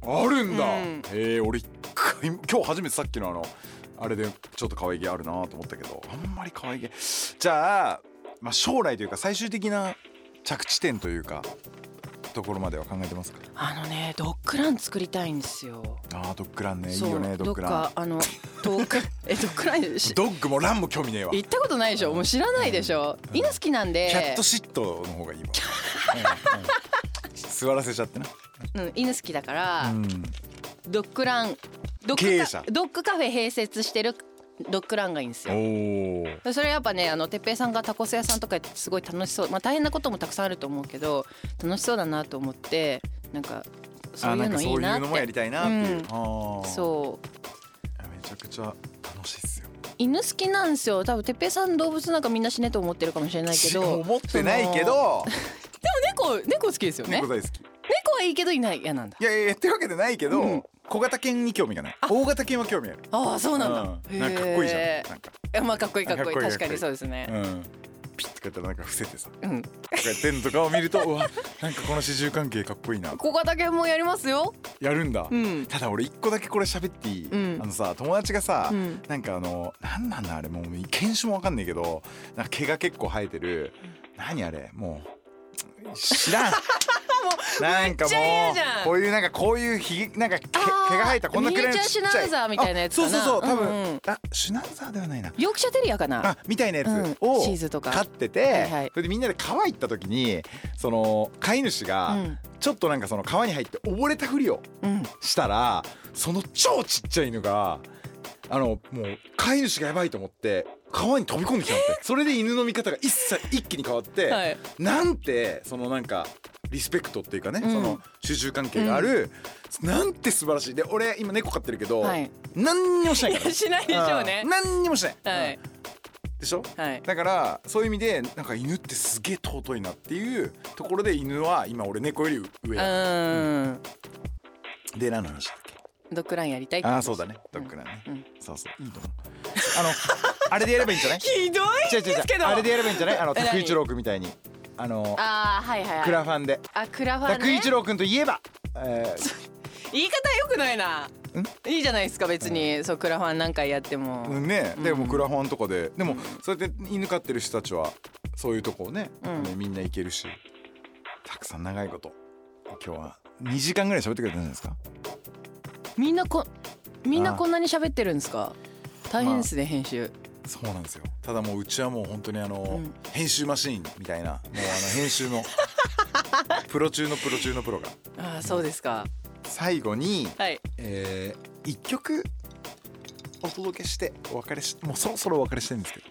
Speaker 3: あるんだ、
Speaker 4: うん
Speaker 3: へえ俺一回も今日初めてさっきのあのあれでちょっと可愛げあるなと思ったけどあんまり可愛げじゃあ,、まあ将来というか最終的な着地点というかところまでは考えてますか
Speaker 4: あのねドッグラン作りたいんですよ
Speaker 3: あードッグランねいい
Speaker 4: そう
Speaker 3: よねドッ
Speaker 4: どっ
Speaker 3: グラ
Speaker 4: かあのドッグ [laughs] えドッグラン
Speaker 3: ン
Speaker 4: し
Speaker 3: ドッグもランも興味ねえわキ
Speaker 4: 行ったことないでしょもう知らないでしょ犬好きなんで
Speaker 3: ャットシットの方がいいわ、うんうん座らせちゃってな、
Speaker 4: うん、犬好きだから、
Speaker 3: うん、
Speaker 4: ドッグランドッグ
Speaker 3: 経営
Speaker 4: カ
Speaker 3: 者
Speaker 4: ドッグカフェ併設してるドッグランがいいんですよ
Speaker 3: おー
Speaker 4: それやっぱねあの哲平さんがタコス屋さんとかやってすごい楽しそう、まあ、大変なこともたくさんあると思うけど楽しそうだなと思ってなんかそ
Speaker 3: あ
Speaker 4: うい
Speaker 3: な
Speaker 4: うん
Speaker 3: か
Speaker 4: のい
Speaker 3: そう
Speaker 4: い
Speaker 3: い
Speaker 4: な
Speaker 3: う
Speaker 4: っ
Speaker 3: のもや
Speaker 4: て
Speaker 3: りたいなっていう、
Speaker 4: うん
Speaker 3: あー
Speaker 4: そう
Speaker 3: めちゃくちゃ楽しいっすよ
Speaker 4: 犬好きなんですよ多分哲平さん動物なんかみんな死ねと思ってるかもしれないけど
Speaker 3: [laughs] 思ってないけ
Speaker 4: その
Speaker 3: ど
Speaker 4: でも猫猫好きですよね猫
Speaker 3: 猫大好き
Speaker 4: はいいけどいない嫌なんだ
Speaker 3: いやいやってわけでないけど、
Speaker 4: うん
Speaker 3: 小型犬に興味がない大型犬は興味ある
Speaker 4: ああそうなんだ、
Speaker 3: うんなんかかっこいいじゃん
Speaker 4: へ
Speaker 3: なんか
Speaker 4: えまあかっこいいかっこいい
Speaker 3: かっこいい
Speaker 4: 確かにそうです
Speaker 3: う
Speaker 4: ね
Speaker 3: んピッてかったらなんか伏せてさこ
Speaker 4: うん
Speaker 3: うやってんのとかを見るとうわなんかこの始終関係かっこいいな
Speaker 4: 小型犬もやりますよ
Speaker 3: やるんだ、
Speaker 4: うん
Speaker 3: ただ俺一個だけこれ喋っていい、
Speaker 4: うん
Speaker 3: あのさ友達がさ、
Speaker 4: うん
Speaker 3: なんかあのなんなんだあれもう犬種もわかんないけどなんか毛が結構生えてる何あれもう知
Speaker 4: [laughs]
Speaker 3: らんなんかも
Speaker 4: めっちゃ嫌じゃん
Speaker 3: うこういうなんかこういうひげなんか毛
Speaker 4: あー
Speaker 3: 毛が生えたこんなくらいのちっちゃい
Speaker 4: ミニチュアシュナウザーみたいなやつかな
Speaker 3: あそうそうそう多分、
Speaker 4: うんうん
Speaker 3: あシュナウザーではないな
Speaker 4: ヨークシャテリアかな
Speaker 3: あみたいなやつ
Speaker 4: うん
Speaker 3: を
Speaker 4: チーズとか
Speaker 3: 飼ってて、
Speaker 4: はいはい
Speaker 3: それでみんなで川行った時にその飼い主が
Speaker 4: うん
Speaker 3: ちょっとなんかその川に入って溺れたふりを
Speaker 4: うん
Speaker 3: したらその超ちっちゃい犬があのもう飼い主がやばいと思って川に飛び込んできたん
Speaker 4: [laughs]
Speaker 3: だってそれで犬の見方が一切一気に変わって、
Speaker 4: はい
Speaker 3: なんてそのなんかリスペクトっていうかね、
Speaker 4: うん
Speaker 3: その主従関係がある、なんて素晴らしいで俺今猫飼ってるけど、
Speaker 4: はい
Speaker 3: 何にもしないから
Speaker 4: いやし [laughs] ないでしょうね
Speaker 3: ん何にもしない、
Speaker 4: はい
Speaker 3: うんでしょ
Speaker 4: はい
Speaker 3: だからそういう意味でなんか犬ってすげえ尊いなっていうところで犬は今俺猫より上
Speaker 4: う
Speaker 3: や
Speaker 4: ーん
Speaker 3: で何の話だっけ
Speaker 4: ドッグランやりたいって
Speaker 3: あ
Speaker 4: 話
Speaker 3: あそうだねドッグランね、
Speaker 4: うん
Speaker 3: そうそういいと思うあ
Speaker 4: [laughs]
Speaker 3: のあれでやればいいんじゃない
Speaker 4: ひどい
Speaker 3: 違う違う違
Speaker 4: ですけ
Speaker 3: う
Speaker 4: ど
Speaker 3: あれでやればいいんじゃないあの
Speaker 4: え何
Speaker 3: 拓一郎君みたいにあの
Speaker 4: あーはいはいはい
Speaker 3: クラファンで
Speaker 4: あクラファン
Speaker 3: 拓
Speaker 4: ね
Speaker 3: 一郎君といえば、えー
Speaker 4: 言い方良くないな。いいじゃないですか別に、そうクラファン何回やっても。
Speaker 3: うんねでもクラファンとかででもそうやって犬飼ってる人たちはそういうとこをね、
Speaker 4: うん
Speaker 3: ねみんな行けるしたくさん長いこと今日は2時間ぐらい喋ってくれたんじゃないですか
Speaker 4: みんなこみんな
Speaker 3: あー
Speaker 4: こんなに喋ってるんですか。大変ですね、編集。
Speaker 3: そうなんですよただもううちはもう本当にあの、
Speaker 4: うん
Speaker 3: 編集マシーンみたいなもうあの編集
Speaker 4: [laughs]
Speaker 3: のプロ中のプロ中のプロが
Speaker 4: ああそうですか。
Speaker 3: 最後に、
Speaker 4: はい。
Speaker 3: えー、1曲お届けしてお別れしもうそろそろお別れしてるんですけど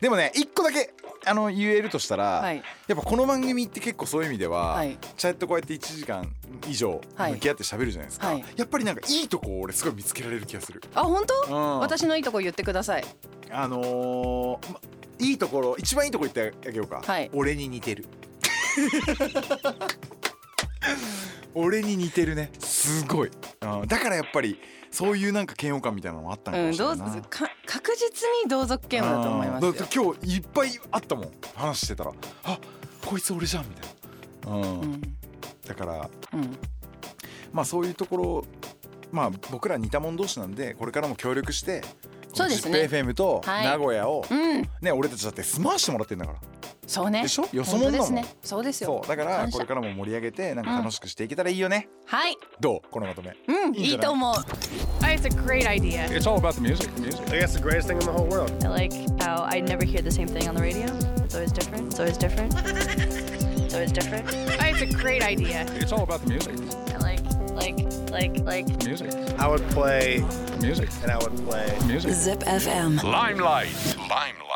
Speaker 3: でもね一個だけあの言えるとしたら、
Speaker 4: はい
Speaker 3: やっぱこの番組って結構そういう意味では、
Speaker 4: はい
Speaker 3: ちゃんとこうやって1時間以上
Speaker 4: はい
Speaker 3: 向き合って喋るじゃないですか、
Speaker 4: はい
Speaker 3: やっぱりなんかいいとこを俺すごい見つけられる気がする
Speaker 4: あ本
Speaker 3: う
Speaker 4: 当？
Speaker 3: ん
Speaker 4: 私のいいとこ言ってください。
Speaker 3: あのーまいいところ一番いいとこ言ってあげようか、
Speaker 4: はい
Speaker 3: 俺に似てる俺に似てるねすごい、うん、だからやっぱりそういうなんか嫌悪感みたいなのもあったのか
Speaker 4: う
Speaker 3: も
Speaker 4: ん
Speaker 3: しれ
Speaker 4: ど
Speaker 3: な
Speaker 4: う
Speaker 3: いな、うん、
Speaker 4: か確実に同族嫌悪だと思いますよ
Speaker 3: だ。って今日いっぱいあったもん話してたらあこいつ俺じゃんみたいな、うん
Speaker 4: うん
Speaker 3: だから
Speaker 4: うん
Speaker 3: まあそういうところまあ僕ら似た者同士なんでこれからも協力して
Speaker 4: そうですね
Speaker 3: ZIPFM と
Speaker 4: はい
Speaker 3: 名古屋を、
Speaker 4: うん
Speaker 3: ね俺たちだって住まわしてもらってんだから
Speaker 4: そうね。
Speaker 3: でしょよそ
Speaker 4: 本当
Speaker 3: もんだ
Speaker 4: で
Speaker 3: もん
Speaker 4: すね。そうですよ
Speaker 3: そ。うだから
Speaker 4: 感謝
Speaker 3: これからも盛り上げてなんか楽しくしていけたらいいよね、
Speaker 4: はい。
Speaker 3: どうこのまとめ
Speaker 4: うん
Speaker 3: いいんじ
Speaker 4: い
Speaker 3: ゃない
Speaker 4: いと思う。
Speaker 5: Oh, It's a great idea.
Speaker 2: It's all about the music. music.
Speaker 6: I guess the greatest thing in the whole world.
Speaker 7: I like how I never hear the same thing on the radio. It's always different. It's always different. It's always different.
Speaker 5: Oh, It's a great idea.
Speaker 2: It's all about the music.
Speaker 7: I like, like, like, like.
Speaker 2: Music.
Speaker 6: I would play
Speaker 2: Music.
Speaker 6: and I would play.
Speaker 2: Music.
Speaker 1: Zip FM.
Speaker 2: Limelight. Limelight.